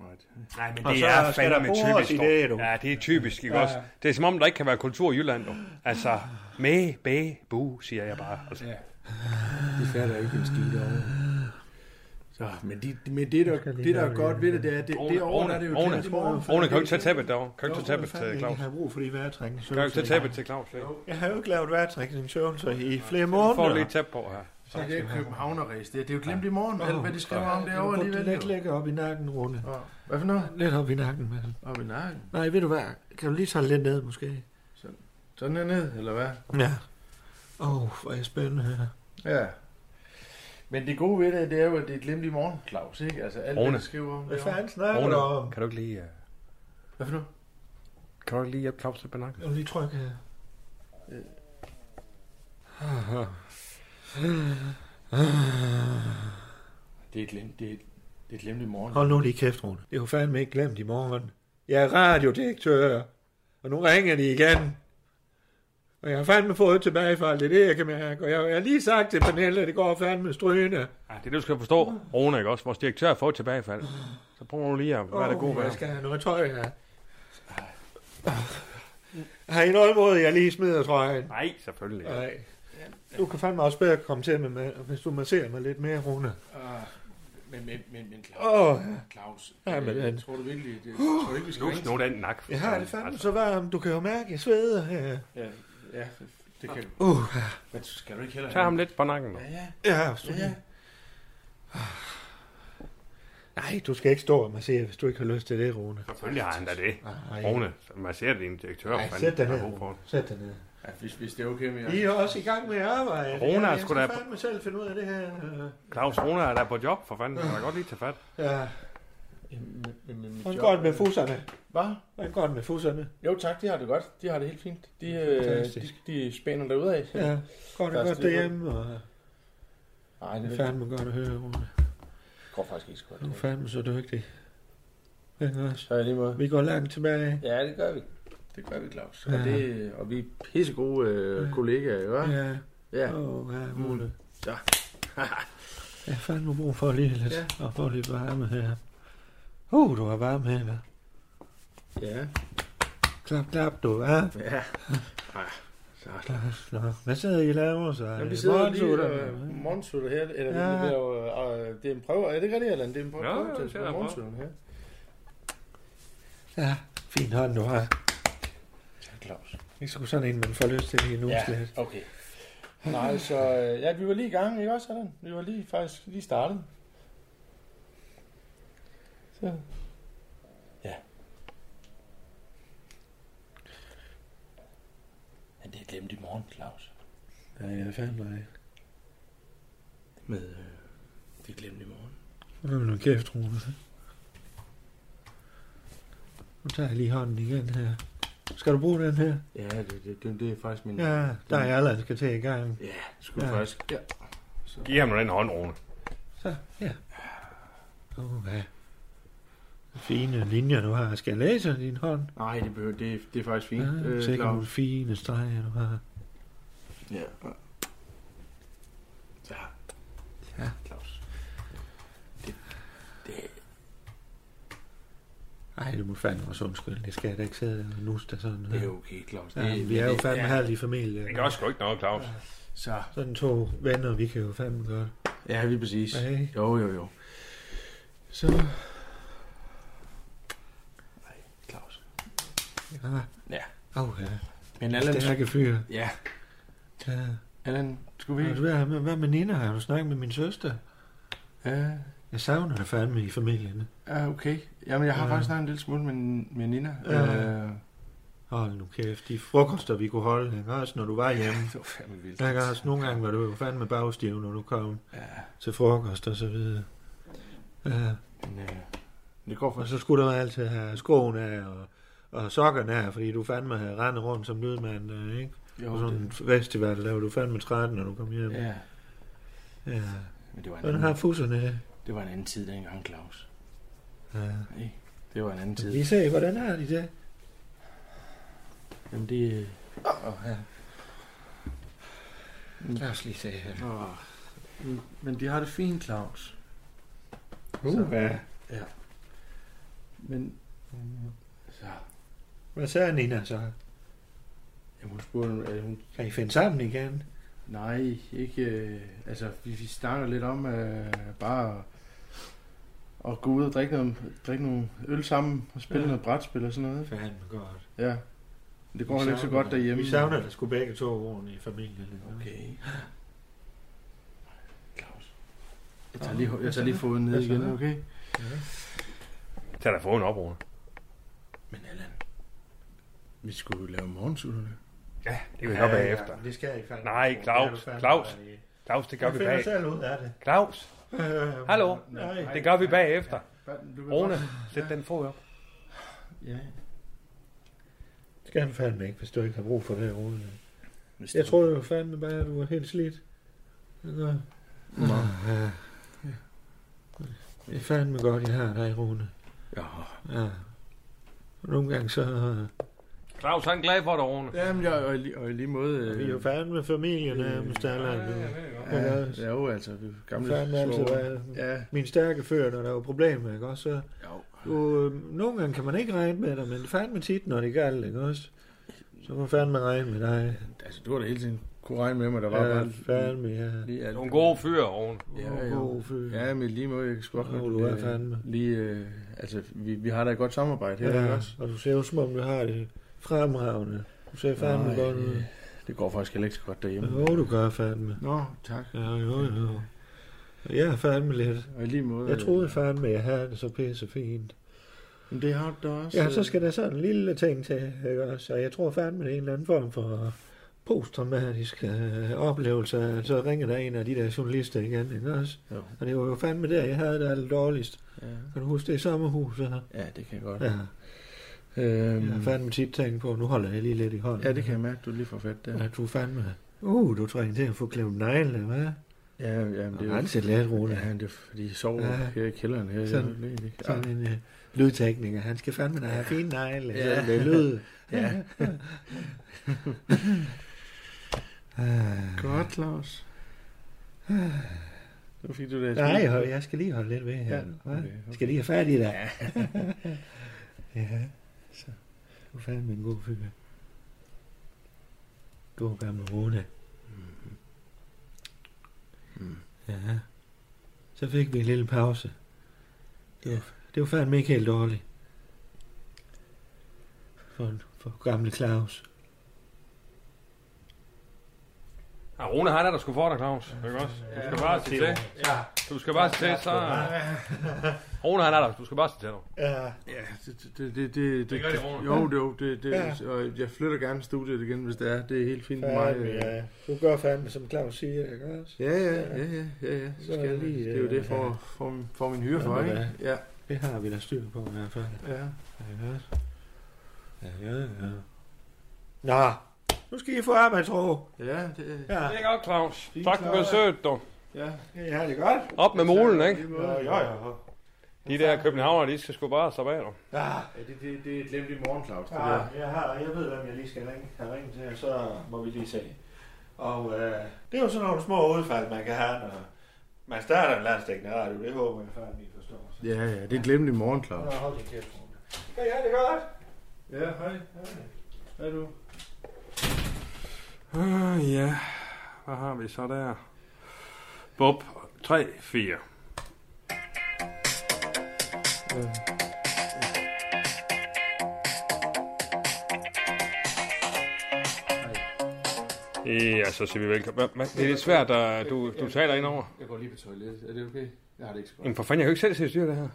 Speaker 1: Right.
Speaker 6: Nej, men
Speaker 10: Og så skal der bores i
Speaker 6: dog.
Speaker 10: det, du.
Speaker 6: Ja, det er typisk, ikke også? Det er som om, der ikke kan være kultur i Jylland, dog. Altså, med, bæ, bu, siger jeg bare. Altså.
Speaker 1: Ja. De fatter ikke en skid over. Så, men, de, men det, der, det, der er godt ved det, det er, det, det år, der er det jo
Speaker 6: Rune,
Speaker 1: kendt i morgen.
Speaker 6: Rune, kan du ikke tage tæppet derovre? Kan du ikke tage tæppet
Speaker 10: fandme
Speaker 6: til
Speaker 10: ikke, jeg
Speaker 6: Claus?
Speaker 10: har brug for de vejrtrækningsøvelser.
Speaker 6: Kan du ikke tage tæppet til Claus? ikke?
Speaker 10: Jeg har jo ikke lavet vejrtrækningsøvelser i flere
Speaker 6: Du får lige
Speaker 10: måneder.
Speaker 6: et tæppe på her.
Speaker 1: Så det er Københavneræs, det, det er jo glemt i morgen, alt hvad de skriver om
Speaker 10: Du
Speaker 1: derovre
Speaker 10: burde
Speaker 1: alligevel.
Speaker 10: lidt
Speaker 1: jo.
Speaker 10: lægge op i nakken, Rune.
Speaker 1: Åh, Hvad for noget?
Speaker 10: Lidt op i nakken, mand.
Speaker 1: Op i nakken.
Speaker 10: Nej, ved du hvad? Kan du lige tage den lidt ned, måske?
Speaker 1: Sådan her ned, eller hvad?
Speaker 10: Ja. Åh, oh, hvor er jeg spændende her.
Speaker 1: Ja. Men det gode ved det, det er jo, at det er glemt i morgen, Claus, ikke? Altså alt
Speaker 6: Rune.
Speaker 1: det, de skriver om
Speaker 10: Hvad
Speaker 1: derovre.
Speaker 10: fanden snakker du om?
Speaker 6: Rune, kan du ikke lige... øh,
Speaker 1: Hvad for noget?
Speaker 6: Kan du ikke lige hjælpe Claus lidt på nakken?
Speaker 10: Jeg vil lige trykke her.
Speaker 1: Det er glemt, det er, det er glemt i morgen.
Speaker 10: Hold nu lige kæft, Rune. Det er jo fandme ikke glemt i morgen. Jeg er radiodirektør, og nu ringer de igen. Og jeg har fandme fået tilbagefald, det er det, jeg kan mærke. Og jeg jeg har lige sagt til Pernille, at det går fandme strygende.
Speaker 6: Ja, det er det, du skal forstå, Rune, ikke også? Vores direktør får et tilbagefald. Så
Speaker 1: prøv nu lige at være oh, der god
Speaker 10: Åh,
Speaker 1: vejr.
Speaker 10: Jeg skal have noget tøj her. Har I noget imod, at jeg lige smider trøjen?
Speaker 6: Nej, selvfølgelig. ikke.
Speaker 10: Nej. Du kan fandme også bedre komme til, med, med, hvis du masserer mig lidt mere, Rune.
Speaker 8: Ah, men, men, men, men, Claus,
Speaker 10: Åh,
Speaker 8: Claus
Speaker 10: Ja, men,
Speaker 8: øh,
Speaker 10: men-
Speaker 8: tror du virkelig, det, tror du ikke, vi skal
Speaker 6: Nu,
Speaker 8: ringe?
Speaker 6: nu den nak. Altså, for
Speaker 10: jeg har det
Speaker 6: fanden.
Speaker 10: fandme så varmt. Du kan jo mærke, jeg sveder her.
Speaker 8: Ja, ja, det kan du.
Speaker 10: Uh,
Speaker 8: Men skal du ikke heller
Speaker 6: Tag ham lidt på nakken. Nu.
Speaker 8: Ja, ja,
Speaker 10: ja, så...
Speaker 8: ja.
Speaker 10: Ah. Nej, du skal ikke stå og massere, hvis du ikke har lyst til det, Rune.
Speaker 6: Selvfølgelig har han da det.
Speaker 10: Nej,
Speaker 6: Rune, man ser det en direktør.
Speaker 10: Ej,
Speaker 6: fanden,
Speaker 10: sæt dig
Speaker 6: der
Speaker 10: ned,
Speaker 6: er brug for
Speaker 10: Rune.
Speaker 6: det.
Speaker 10: Sæt dig ned.
Speaker 8: ja hvis, hvis det er okay med jer.
Speaker 10: I er også i gang med at arbejde.
Speaker 6: Rune er
Speaker 10: jeg
Speaker 6: sgu
Speaker 10: skal
Speaker 6: da-
Speaker 10: fandme selv finde ud af det her. øh.
Speaker 6: Claus Rune er der på job, for fanden. Han kan da godt lige tage fat.
Speaker 10: Ja,
Speaker 1: Jamen, men- men- men mit job-
Speaker 10: hvordan går det med fusserne?
Speaker 1: Hvad?
Speaker 10: Hvordan går det med fusserne?
Speaker 1: Jo tak, de har det godt. De har det helt fint. De, øh, de,
Speaker 10: Fantastisk.
Speaker 1: de spænder derude af.
Speaker 10: Ja, går det
Speaker 1: Der er
Speaker 10: godt
Speaker 1: styr på det.
Speaker 10: derhjemme? Og...
Speaker 1: Nej,
Speaker 10: Det er
Speaker 1: det
Speaker 10: fandme godt at høre, Rune.
Speaker 1: går faktisk ikke så godt.
Speaker 10: Du er fandme så dygtig. Ikke også?
Speaker 1: Så er jeg lige måde.
Speaker 10: Vi går langt tilbage.
Speaker 1: Ja, det gør vi. Det gør vi, Claus.
Speaker 10: Ja.
Speaker 1: Og, det, og vi er pissegode øh,
Speaker 10: Ja.
Speaker 1: kollegaer, jo. hva'?
Speaker 10: Ja,
Speaker 1: Ja.
Speaker 10: åh, ja, Rune.
Speaker 1: Ja.
Speaker 10: Jeg har fandme brug for lige lidt,
Speaker 1: Ja.
Speaker 10: og få lidt varme her. Uh, du har varme hænder.
Speaker 1: Ja.
Speaker 10: Klap, klap, du er.
Speaker 1: Ja. Ah,
Speaker 10: Nå, Hvad sidder I og laver så?
Speaker 1: Jamen, vi sidder lige og
Speaker 10: Morgensutter?
Speaker 1: øh, morgensutter her, eller
Speaker 10: Ja.
Speaker 1: ja. vi laver, og øh, det er en prøve, er det ikke rigtigt, Allan? Det er en prøve,
Speaker 6: Ja,
Speaker 1: prøve
Speaker 6: ja,
Speaker 1: til
Speaker 6: det
Speaker 1: på
Speaker 6: er en prøve.
Speaker 1: morgensutteren her.
Speaker 10: Ja, fin hånd, du har.
Speaker 1: Tak, Claus.
Speaker 10: Ikke sgu sådan en, man får lyst til lige nu ja. slet.
Speaker 1: okay. Nej, så øh, ja, vi var lige i gang, ikke også, Allan? Vi var lige faktisk lige startet. Så. Ja. Men det er glemt i morgen, Claus.
Speaker 10: Nej, jeg er fandme ikke.
Speaker 1: Med, øh, det er glemt i morgen.
Speaker 10: Hold nu kæft, Rune. Nu tager jeg lige hånden igen her. Skal du bruge den her?
Speaker 1: Ja, det, det, det, det er faktisk min...
Speaker 10: Ja, der er Allan skal til i gang.
Speaker 1: Ja, skulle
Speaker 10: Ja.
Speaker 1: ja. faktisk. Ja.
Speaker 6: Giv ham nu den hånd, Rune.
Speaker 10: Så, ja. Åh, hvad? Fine linjer, du har. Skal jeg læse din hånd?
Speaker 1: Nej, det, behøver, det, det er faktisk fint,
Speaker 10: Ja,
Speaker 1: øh,
Speaker 10: sikkert
Speaker 1: Claus.
Speaker 10: nogle fine streger, du har.
Speaker 1: Ja. Ja.
Speaker 10: Ja.
Speaker 1: Claus. Det, det,
Speaker 10: Ej, du må fandme også undskylde. Det skal jeg da ikke sidde og nusse dig sådan.
Speaker 1: det er okay, Claus. Det,
Speaker 10: Ja, vi er jo
Speaker 1: det-
Speaker 10: fandme
Speaker 1: ja.
Speaker 10: her i familie.
Speaker 6: Det gør sgu ikke noget, Claus.
Speaker 1: Så.
Speaker 10: Sådan to venner, vi kan jo fandme godt.
Speaker 1: Ja, lige præcis.
Speaker 10: Hey.
Speaker 1: Jo, jo, jo. Så. Nej, Claus.
Speaker 10: Ja.
Speaker 1: Ja.
Speaker 10: Åh, ja.
Speaker 1: Men Allan...
Speaker 10: Stærke fyr.
Speaker 1: Ja,
Speaker 10: Ja.
Speaker 1: Allan, skulle vi...
Speaker 10: Hvad, hvad, hvad med Nina? Har du snakket med min søster?
Speaker 1: Ja,
Speaker 10: Jeg savner dig fandme i familien.
Speaker 1: ja okay. Jamen, jeg har
Speaker 10: Ja.
Speaker 1: faktisk snakket en lille smule med, med Nina.
Speaker 10: Ja.
Speaker 1: Øh,
Speaker 10: Hold nu kæft, de frokoster, vi kunne holde, ikke? også når du var hjemme.
Speaker 1: det var fandme vildt.
Speaker 10: Ikke? Også nogle gange var du jo fandme bagstiv, når du kom
Speaker 1: Ja,
Speaker 10: til frokost og så videre. Ja,
Speaker 1: men, øh, det går
Speaker 10: og
Speaker 1: faktisk.
Speaker 10: så skulle der jo altid have skoene af og, og sokkerne af, fordi du fandme havde rendet rundt som lydmand, øh, ikke? På sådan en festival, der var du fandme 13, når du kom hjem. Ja.
Speaker 1: Ja,
Speaker 10: ja.
Speaker 1: men det var en
Speaker 10: Hvordan har fusserne det?
Speaker 1: Det var en anden tid dengang, Claus.
Speaker 10: Ja.
Speaker 1: Nej, det var en anden tid.
Speaker 10: Lige se, hvordan har de det?
Speaker 1: Jamen, det... øh, Åh, ja.
Speaker 10: Lad os lige se her.
Speaker 1: Åh. Mm, Men de har det fint, Claus.
Speaker 10: Uh, hvad?
Speaker 1: Men... Så...
Speaker 10: Hvad sagde Nina så?
Speaker 1: Jamen, hun spurgte... Øh, hun...
Speaker 10: Kan I finde sammen igen?
Speaker 1: Nej, ikke... Øh, altså, vi, vi snakker lidt om øh, bare... at- At gå ud og drikke, noget, drikke nogle øl sammen og spille
Speaker 10: Ja.
Speaker 1: ja. noget brætspil og sådan noget.
Speaker 10: Fanden godt.
Speaker 1: Ja. Men det går heller ikke så godt derhjemme.
Speaker 10: Vi savner der skulle begge to ordene i familien.
Speaker 1: Okay. Claus. Jeg tager lige, jeg tager lige foden ned
Speaker 10: Hvad så?
Speaker 1: igen, okay?
Speaker 6: Tag dig foden op, Rune.
Speaker 1: Men Allan, vi skulle jo lave morgensutterne.
Speaker 6: Ja, det kan vi gøre bagefter.
Speaker 10: Det skal I fandme.
Speaker 6: Nej,
Speaker 10: Det
Speaker 6: Claus,
Speaker 10: er du fandme
Speaker 6: Claus.
Speaker 10: ret i.
Speaker 6: Claus, det gør
Speaker 10: Jeg
Speaker 6: vi
Speaker 10: finder
Speaker 6: bag.
Speaker 10: selv ud af det.
Speaker 6: Claus,
Speaker 10: Øh,
Speaker 6: [LAUGHS] hallo.
Speaker 10: Nej.
Speaker 6: Det gør vi bagefter.
Speaker 1: Du kan
Speaker 6: Rune, sæt den fod op.
Speaker 1: Ja.
Speaker 10: Det skal han fandme ikke, hvis du ikke har brug for det Rune.
Speaker 1: Hvis
Speaker 10: Jeg troede jo fandme bare, at du var helt slidt. Nå. Nå. Ja. Det er fandme godt, jeg har dig, Rune.
Speaker 1: Ja.
Speaker 10: Ja. Og nogle gange så øh,
Speaker 6: Claus, han er glad for dig, Rune.
Speaker 1: Jamen, jeg, og, i li- og i lige måde... Øh,
Speaker 10: Vi er jo fandme familien af Amsterdam.
Speaker 1: Ja, ja, jo, altså. Vi er gamle
Speaker 10: Fandme altid
Speaker 1: slåger.
Speaker 10: været
Speaker 1: Ja,
Speaker 10: min stærke fører, når der var problemer, ikke også? Så,
Speaker 1: jo.
Speaker 10: jo, øh, nogle gange kan man ikke regne med dig, men fandme tit, når det galt, ikke også? Så kan man fandme regne med dig.
Speaker 1: Altså, du har da hele tiden kunne regne med mig, der var
Speaker 10: Ja,
Speaker 1: bare
Speaker 10: fandme, ja.
Speaker 1: lige alt.
Speaker 6: Du er en god fyr, Rune.
Speaker 1: Ja,
Speaker 10: Åh,
Speaker 1: jo.
Speaker 10: god fyr.
Speaker 1: Ja, men lige måde, jeg kan sgu godt
Speaker 10: Jo, du er
Speaker 1: øh,
Speaker 10: fandme.
Speaker 1: Lige, øh, altså, vi, vi har da et godt samarbejde her, ikke
Speaker 10: Ja,
Speaker 1: også?
Speaker 10: og du ser jo som om, du har det fremragende. Du ser fandme
Speaker 1: Nej,
Speaker 10: godt ud.
Speaker 1: øh, Det går faktisk heller ikke så godt derhjemme.
Speaker 10: Jo, du gør fandme.
Speaker 1: Nå, tak.
Speaker 10: Ja, jo, jo. Og Jeg er fandme lidt.
Speaker 1: Og i lige måde...
Speaker 10: Jeg
Speaker 1: øh,
Speaker 10: troede fandme, jeg havde det så pisse fint.
Speaker 1: Men det har du da også.
Speaker 10: Ja,
Speaker 1: øh,
Speaker 10: så skal der sådan en lille ting til, ikke også? Og jeg tror fandme, det er en eller anden form for posttraumatisk øh, oplevelse. at Så ringer der en af de der journalister igen, ikke også?
Speaker 1: Jo.
Speaker 10: Og det var jo fandme der, jeg havde det aller dårligst.
Speaker 1: Ja.
Speaker 10: Kan du huske det i sommerhuset her?
Speaker 1: Ja, det kan jeg godt.
Speaker 10: Ja,
Speaker 1: Øhm,
Speaker 10: jeg har fandme tit tænkt på, nu holder jeg lige lidt i hånden.
Speaker 1: ja, det kan jeg mærke, du lige får fat der.
Speaker 10: Ja, du er fandme... Uh, du trænger til at få klemt negle, hva'?
Speaker 1: Ja, ja, men det
Speaker 10: Det
Speaker 1: er
Speaker 10: er
Speaker 1: jo...
Speaker 10: renset lidt, Rune.
Speaker 1: Ja, det er fordi, jeg sover
Speaker 10: Ja.
Speaker 1: her i kælderen her.
Speaker 10: Sådan.
Speaker 1: Jeg ved det ikke.
Speaker 10: Sådan en øh, lydtekniker. Han skal fandme da have fine negle.
Speaker 1: Ja.
Speaker 10: Ja. Selvom det er lyd.
Speaker 1: [LAUGHS] Ja.
Speaker 10: [LAUGHS] Ah.
Speaker 1: Godt, Claus. Nu fik du [SIGHS] det.
Speaker 10: Nej, hold- jeg skal lige holde lidt ved her.
Speaker 1: Ja,
Speaker 10: Ja,
Speaker 1: okay, okay.
Speaker 10: Skal jeg lige have fat i dig? [LAUGHS] ja, så. Du er fandme en god fyr. God gamle Rune. Mm-hmm. Mm. Ja. Så fik vi en lille pause. Det var, det var fandme ikke helt dårligt. For, for gamle Claus.
Speaker 6: Ja, Rune, han er der sgu for dig, Claus. Det er også. Du skal bare sige til.
Speaker 10: Ja.
Speaker 6: Du skal bare sige til, så... Rune, han er der. Du skal bare sige til.
Speaker 10: Ja.
Speaker 1: Ja, det, det, det, det,
Speaker 6: Det gør det, Rune.
Speaker 1: Jo, det, jo, det, det,
Speaker 10: Ja.
Speaker 1: og jeg flytter gerne studiet igen, hvis det er. Det er helt fint med mig.
Speaker 10: Fandme,
Speaker 1: øh.
Speaker 10: ja. Du gør fandme, som Claus siger, ikke også?
Speaker 1: Ja, ja, ja, ja, ja, ja. Så
Speaker 10: Så
Speaker 1: skal jeg,
Speaker 10: lige,
Speaker 1: det er jo
Speaker 10: øh,
Speaker 1: det for, for, for min hyre
Speaker 10: Ja,
Speaker 1: for,
Speaker 10: det
Speaker 1: ikke? Ja,
Speaker 10: Det har vi da styr på i hvert fald.
Speaker 1: ja.
Speaker 10: Ja, ja, ja. Nå, nu skal I få arbejdsro.
Speaker 1: Ja, det,
Speaker 10: Ja,
Speaker 6: Det er godt, Claus. Tak for besøget, du.
Speaker 1: ja.
Speaker 10: ja det er godt.
Speaker 6: Op med molen, ikke?
Speaker 1: Jo,
Speaker 10: Ja,
Speaker 1: jo,
Speaker 10: ja,
Speaker 1: jo.
Speaker 10: ja.
Speaker 6: De der københavnere, de skal sgu bare slappe af, du.
Speaker 10: Ja,
Speaker 1: Ja, det, det, det er glemt i morgen, Claus. Det der.
Speaker 10: ja jeg, har, jeg ved, hvem jeg lige skal ringe, have ringet til, og så må vi lige se. Og øh, det er jo sådan nogle små udfald, man kan have, når man starter en landstækkende radio. Det håber jeg fandme, I forstår. Så.
Speaker 1: Ja, ja, det er glemt i morgen, Claus.
Speaker 10: Nå, hold din kæft, Rune. Ja, ja, det er godt.
Speaker 1: Ja, hej. Hej du.
Speaker 6: Øh, ja. Hvad har vi så der? Bob 3, 4. Øh. Ja, så siger vi velkommen. Hva- hva- Det er lidt svært, at du, du taler ind over.
Speaker 1: Jeg går lige på toilettet. Er det okay? Jeg har det ikke så godt.
Speaker 6: Jamen for fanden, jeg kan jo ikke selv se styre det her.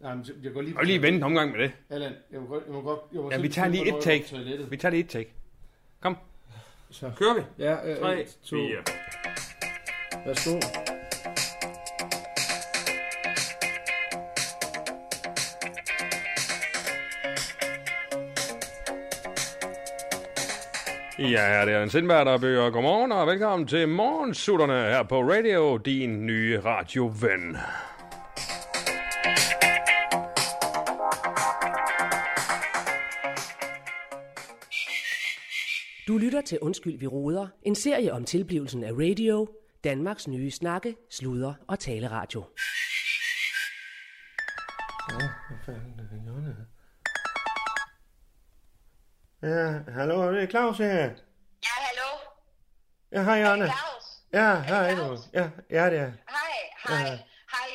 Speaker 1: Nej, men jeg går lige
Speaker 6: Og lige vente en omgang med det.
Speaker 1: Allan, jeg må godt... Jeg må godt jeg må
Speaker 6: Ja,
Speaker 1: selv
Speaker 6: vi tager
Speaker 1: bestemme,
Speaker 6: lige et
Speaker 1: hvornår jeg
Speaker 6: take.
Speaker 1: går på toilettet.
Speaker 6: Vi tager lige et take. Kom,
Speaker 1: Så.
Speaker 6: kører vi.
Speaker 1: Ja, øh,
Speaker 6: 3,
Speaker 1: et, to.
Speaker 6: 4.
Speaker 1: Værsgo.
Speaker 6: Ja, det er en Sindberg, der bøger. Godmorgen og velkommen til Morgensutterne her på Radio, din nye radioven.
Speaker 7: Du lytter til Undskyld, vi råder. En serie om tilblivelsen af radio. Danmarks nye snakke, sludre og taleradio.
Speaker 10: Ja, hallo, det er Claus her.
Speaker 9: Ja, hallo.
Speaker 10: Ja, hej, Jonna.
Speaker 9: Claus.
Speaker 10: Ja, hej, du.
Speaker 9: Claus?
Speaker 10: Ja, ja, det er.
Speaker 9: Hej, hej,
Speaker 10: Ja.
Speaker 9: hej.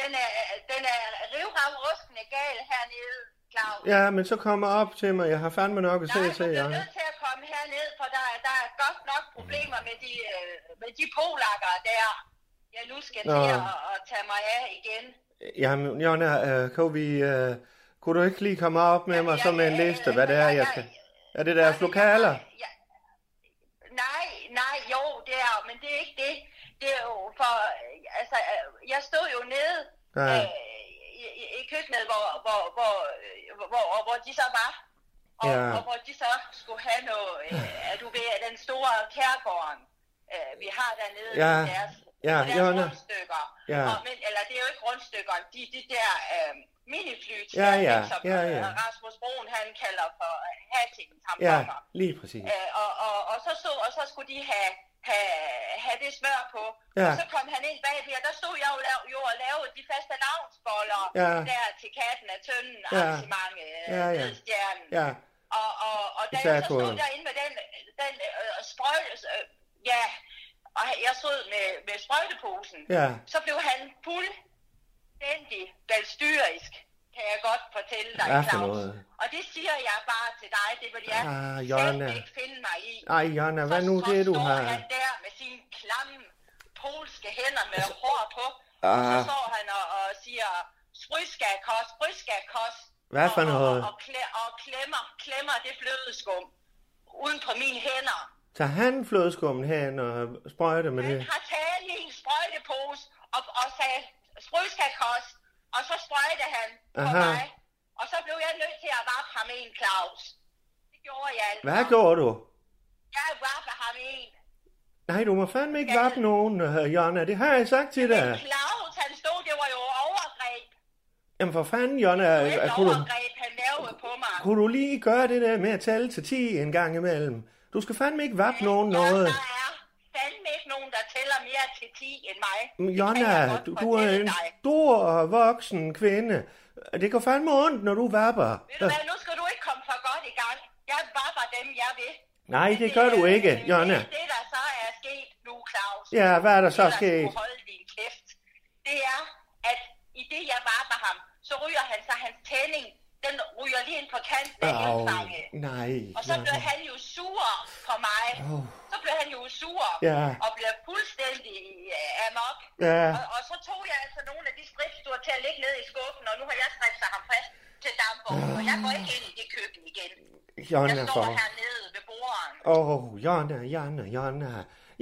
Speaker 9: Den er, den er rivragruskende gal hernede, Claus.
Speaker 10: Ja, men så kommer op til mig. Jeg har fandme nok at se
Speaker 9: Nej,
Speaker 10: til
Speaker 9: du bliver
Speaker 10: jer.
Speaker 9: nødt til at komme herned, for der, er- der er godt nok problemer med de, øh, med de polakker der. Jeg nu skal
Speaker 10: Nå.
Speaker 9: til at, at tage mig af igen.
Speaker 10: Jamen, Jonna, øh, kunne, vi, øh, kunne du ikke lige komme op med mig
Speaker 9: jeg-
Speaker 10: som en
Speaker 9: jeg-
Speaker 10: liste, hvad det er, jeg skal... Er det
Speaker 9: Nej,
Speaker 10: deres
Speaker 9: men jeg-
Speaker 10: lokaler?
Speaker 9: jeg- Nej, nej, jo, det er, men det er ikke det. Det er jo for, øh, altså, øh, jeg stod jo nede
Speaker 10: Ja.
Speaker 9: øh, i, i- i køkkenet, hvor, hvor, hvor, øh, hvor, hvor, hvor de så var. Og,
Speaker 10: Ja.
Speaker 9: og hvor de så skulle have noget, øh, at du ved, den store kærgården, øh, vi har dernede
Speaker 10: Ja.
Speaker 9: i deres,
Speaker 10: Ja,
Speaker 9: i deres
Speaker 10: Jonna.
Speaker 9: rundstykker.
Speaker 10: Ja.
Speaker 9: Og, men, eller det er jo ikke grundstykkerne, de de der øh, minifly,
Speaker 10: Ja, ja, ja, ja.
Speaker 9: øh, Rasmus Broen, han kalder for øh, hatting
Speaker 10: Ja, lige præcis.
Speaker 9: Øh, og, og, og, så stod, og så skulle de have, have, have det smør på.
Speaker 10: Ja.
Speaker 9: Ja. Og så kom han ind bagved, og der stod jeg jo, lav, jo og lavede de faste navnsboller
Speaker 10: Ja.
Speaker 9: ja. der til katten af tønden,
Speaker 10: Ja.
Speaker 9: ja. arrangementet,
Speaker 10: Ja, ja.
Speaker 9: ja, ja.
Speaker 10: Ja,
Speaker 9: Og, og, og da
Speaker 10: Især
Speaker 9: jeg så stod
Speaker 10: på-
Speaker 9: derinde med den, den øh, sprøjte, øh, ja, og jeg stod med, med sprøjteposen,
Speaker 10: ja.
Speaker 9: så blev han fuldstændig balstyrisk, kan jeg godt fortælle dig,
Speaker 10: Hvad for
Speaker 9: Claus.
Speaker 10: noget?
Speaker 9: Og det siger jeg bare til dig, det vil jeg
Speaker 10: Ah,
Speaker 9: ah,
Speaker 10: Jonna.
Speaker 9: ikke finde mig i.
Speaker 10: Ej, Jonna, hvad nu
Speaker 9: Så
Speaker 10: det, du
Speaker 9: står
Speaker 10: har?
Speaker 9: han der med sine klamme polske hænder med
Speaker 10: Altså,
Speaker 9: hår på, og så
Speaker 10: Ah.
Speaker 9: står han og, og siger, spryskakos, spryskakos,
Speaker 10: Hvad for
Speaker 9: og, og,
Speaker 10: noget?
Speaker 9: og, kle- og klemmer, klemmer det flødeskum uden på mine hænder.
Speaker 10: Så han flødeskummen hen og sprøjter med det.
Speaker 9: har taget i en sprøjtepose og, og sagde, sprøjtskakos, og så sprøjte han på
Speaker 10: Aha.
Speaker 9: mig. Og så blev jeg nødt til at vappe ham en, Claus. Det gjorde jeg altså.
Speaker 10: Hvad gjorde du?
Speaker 9: Jeg vappede ham en.
Speaker 10: Nej, du må fandme ikke vappe nogen, øh, Jonna. Det har jeg sagt til dig.
Speaker 9: Claus, han stod, det var jo overgreb.
Speaker 10: Jamen for fanden, Jonna.
Speaker 9: Det
Speaker 10: øh,
Speaker 9: var
Speaker 10: Kunne du,
Speaker 9: overgreb, han lavede på mig.
Speaker 10: kunne du lige gøre det der med at tælle til 10 en gang imellem? Du skal fandme ikke vappe nogen noget.
Speaker 9: Der er fandme ikke nogen, der tæller mere til 10 end mig.
Speaker 10: Men
Speaker 9: Det kan jeg
Speaker 10: Mm, Jonna,
Speaker 9: godt
Speaker 10: du, du er
Speaker 9: fortælle
Speaker 10: en
Speaker 9: dig.
Speaker 10: stor og voksen kvinde. Det går fandme ondt, når du vapper.
Speaker 9: Ved du hvad, nu skal du ikke komme for godt i gang. Jeg vapper dem, jeg vil.
Speaker 10: Nej, det gør du ikke, Jonna.
Speaker 9: Det, der så er sket nu, Claus.
Speaker 10: Ja, hvad er der så
Speaker 9: det, der
Speaker 10: sket?
Speaker 9: skulle holde din kæft, det er, at i det, jeg varmer ham, så ryger han så hans tænding, den ryger lige ind på kanten af
Speaker 10: Au,
Speaker 9: ølfanget.
Speaker 10: nej,
Speaker 9: Og så blev
Speaker 10: Jonna.
Speaker 9: han jo sur på mig.
Speaker 10: Åh.
Speaker 9: Så blev han jo sur
Speaker 10: Ja.
Speaker 9: og blev fuldstændig øh, amok.
Speaker 10: Ja.
Speaker 9: Og, og, så tog jeg altså nogle af de strips, du har til at ligge ned i skuffen, og nu har jeg stripset ham fast til dampvognen, og jeg går ikke ind i det køkken igen.
Speaker 10: Jonna,
Speaker 9: jeg står
Speaker 10: Ah. for...
Speaker 9: hernede ved borderen.
Speaker 10: Åh, oh, Jonna, Jonna, Jonna.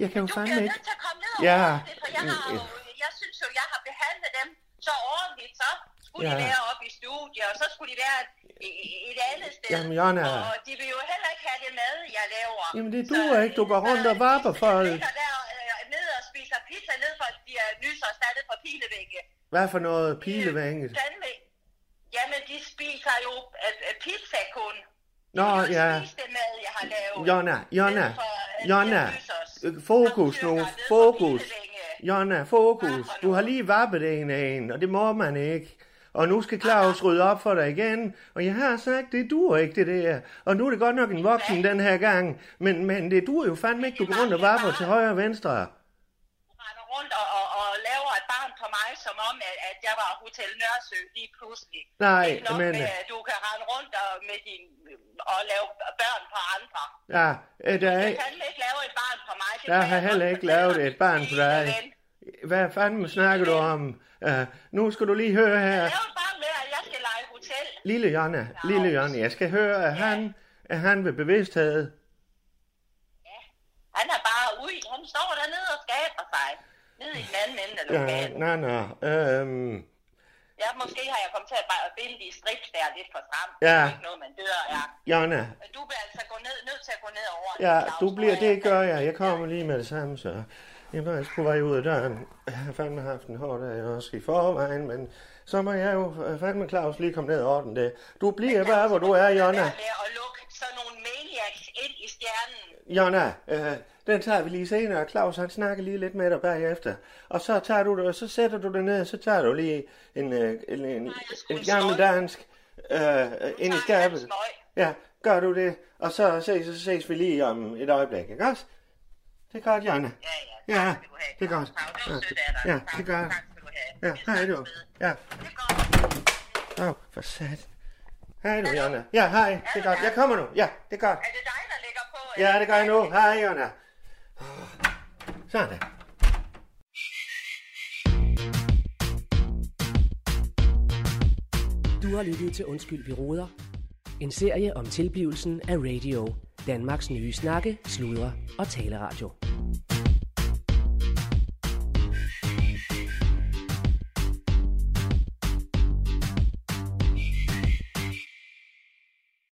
Speaker 10: Jeg kan jo
Speaker 9: Du bliver
Speaker 10: fandme ikke...
Speaker 9: nødt til at komme ned og
Speaker 10: Ja.
Speaker 9: ja. det, for jeg, har jo, jeg synes jo, jeg har behandlet dem så ordentligt, så skulle ja. de
Speaker 10: Ja.
Speaker 9: være oppe i studiet, og så skulle de være et, et- et andet sted.
Speaker 10: Jamen, Jonna.
Speaker 9: Og de vil jo heller ikke have det mad, jeg laver.
Speaker 10: Jamen, det duer ikke. Du går rundt og varper
Speaker 9: Jeg
Speaker 10: folk.
Speaker 9: ligger der øh, ned og spiser pizza ned for, at de er nyser erstattet for pilevægge. Øh,
Speaker 10: Hvad for noget pilevænget?
Speaker 9: Fandme. Jamen, de spiser jo øh, øh, pizza kun.
Speaker 10: Nå, ja.
Speaker 9: Spis det mad, jeg har lavet.
Speaker 10: Jonna, Jonna,
Speaker 9: Ned for, øh,
Speaker 10: Jonna.
Speaker 9: jeg nyser os.
Speaker 10: Øh, Fokus nu,
Speaker 9: Ned for
Speaker 10: fokus.
Speaker 9: pilevægge.
Speaker 10: Jonna, fokus. Du har lige vappet en af en, og det må man ikke. Og nu skal Claus rydde op for dig igen. Og jeg har sagt, det dur ikke, det der. Og nu er det godt nok en voksen den her gang. Men, men det dur jo fandme ikke, du går rundt og vapper til højre og venstre.
Speaker 9: render rundt og, og, og laver et barn på mig, som om, at, at jeg var Hotel Nørresø lige pludselig.
Speaker 10: Nej,
Speaker 9: Ikke nok
Speaker 10: men-
Speaker 9: Med, at du kan rende rundt og, med din, øh, og lave børn på andre.
Speaker 10: Ja, øh, der
Speaker 9: Jeg
Speaker 10: er,
Speaker 9: kan fandme ikke lave et barn på mig. Det
Speaker 10: der
Speaker 9: kan
Speaker 10: har
Speaker 9: jeg
Speaker 10: heller
Speaker 9: godt
Speaker 10: ikke
Speaker 9: fortælle
Speaker 10: lavet
Speaker 9: dig.
Speaker 10: et barn for
Speaker 9: Lille
Speaker 10: dig.
Speaker 9: ven.
Speaker 10: Hvad fanden snakker du om? Uh, nu skal du lige høre her.
Speaker 9: Lav et barn med, at jeg skal lege hotel.
Speaker 10: Lille Jonna, lille Jonna, jeg skal høre, at han, at han ved bevidsthed.
Speaker 9: Han er bare ude. Han står dernede og skaber sig. Nede i den anden ende af
Speaker 10: Ja,
Speaker 9: lokalet.
Speaker 10: nej, nej. Øhm,
Speaker 9: Ja, måske har jeg kommet til at bare binde de strips der lidt for stramt.
Speaker 10: Ja.
Speaker 9: Det er ikke noget, man dør af.
Speaker 10: Jonna,
Speaker 9: Men Du bliver altså gå ned, nødt til at gå ned over.
Speaker 10: ja,
Speaker 9: Claus.
Speaker 10: du
Speaker 9: Nu
Speaker 10: bliver,
Speaker 9: er
Speaker 10: det gør jeg. Jeg kommer lige med det samme, så. Jeg var på vej ud af døren. Jeg har fandme haft en hård dag også i forvejen, men så må jeg jo øh, fandme Claus lige komme ned og ordne det. Du bliver bare, hvor du er, Jonna.
Speaker 9: Med at lukke sådan nogle maniacs ind i stjernen.
Speaker 10: Jonna, øh, den tager vi lige senere. Claus, han snakker lige lidt med dig bagefter. Og så tager du det, og så sætter du det ned, og så tager du lige en, øh, en, en, en gammel dansk øh, øh, ind i skabet. Ja, gør du det, og så ses, så ses vi lige om et øjeblik, ikke også? Det er godt, Jonna. Ja, ja. det er godt. Ja, det er godt. Ja, hej du. Ja. Åh, oh, for sat. Hej du, Jonna. Ja, hej. Det er godt. Jeg kommer nu. Ja, det er godt.
Speaker 9: Er det dig, der ligger på? eller?
Speaker 10: Ja, det gør jeg nu. Hej, Jonna. Sådan der.
Speaker 7: Du har lyttet til Undskyld, vi råder. En serie om tilblivelsen af radio. Danmarks nye snakke, sludre og taleradio.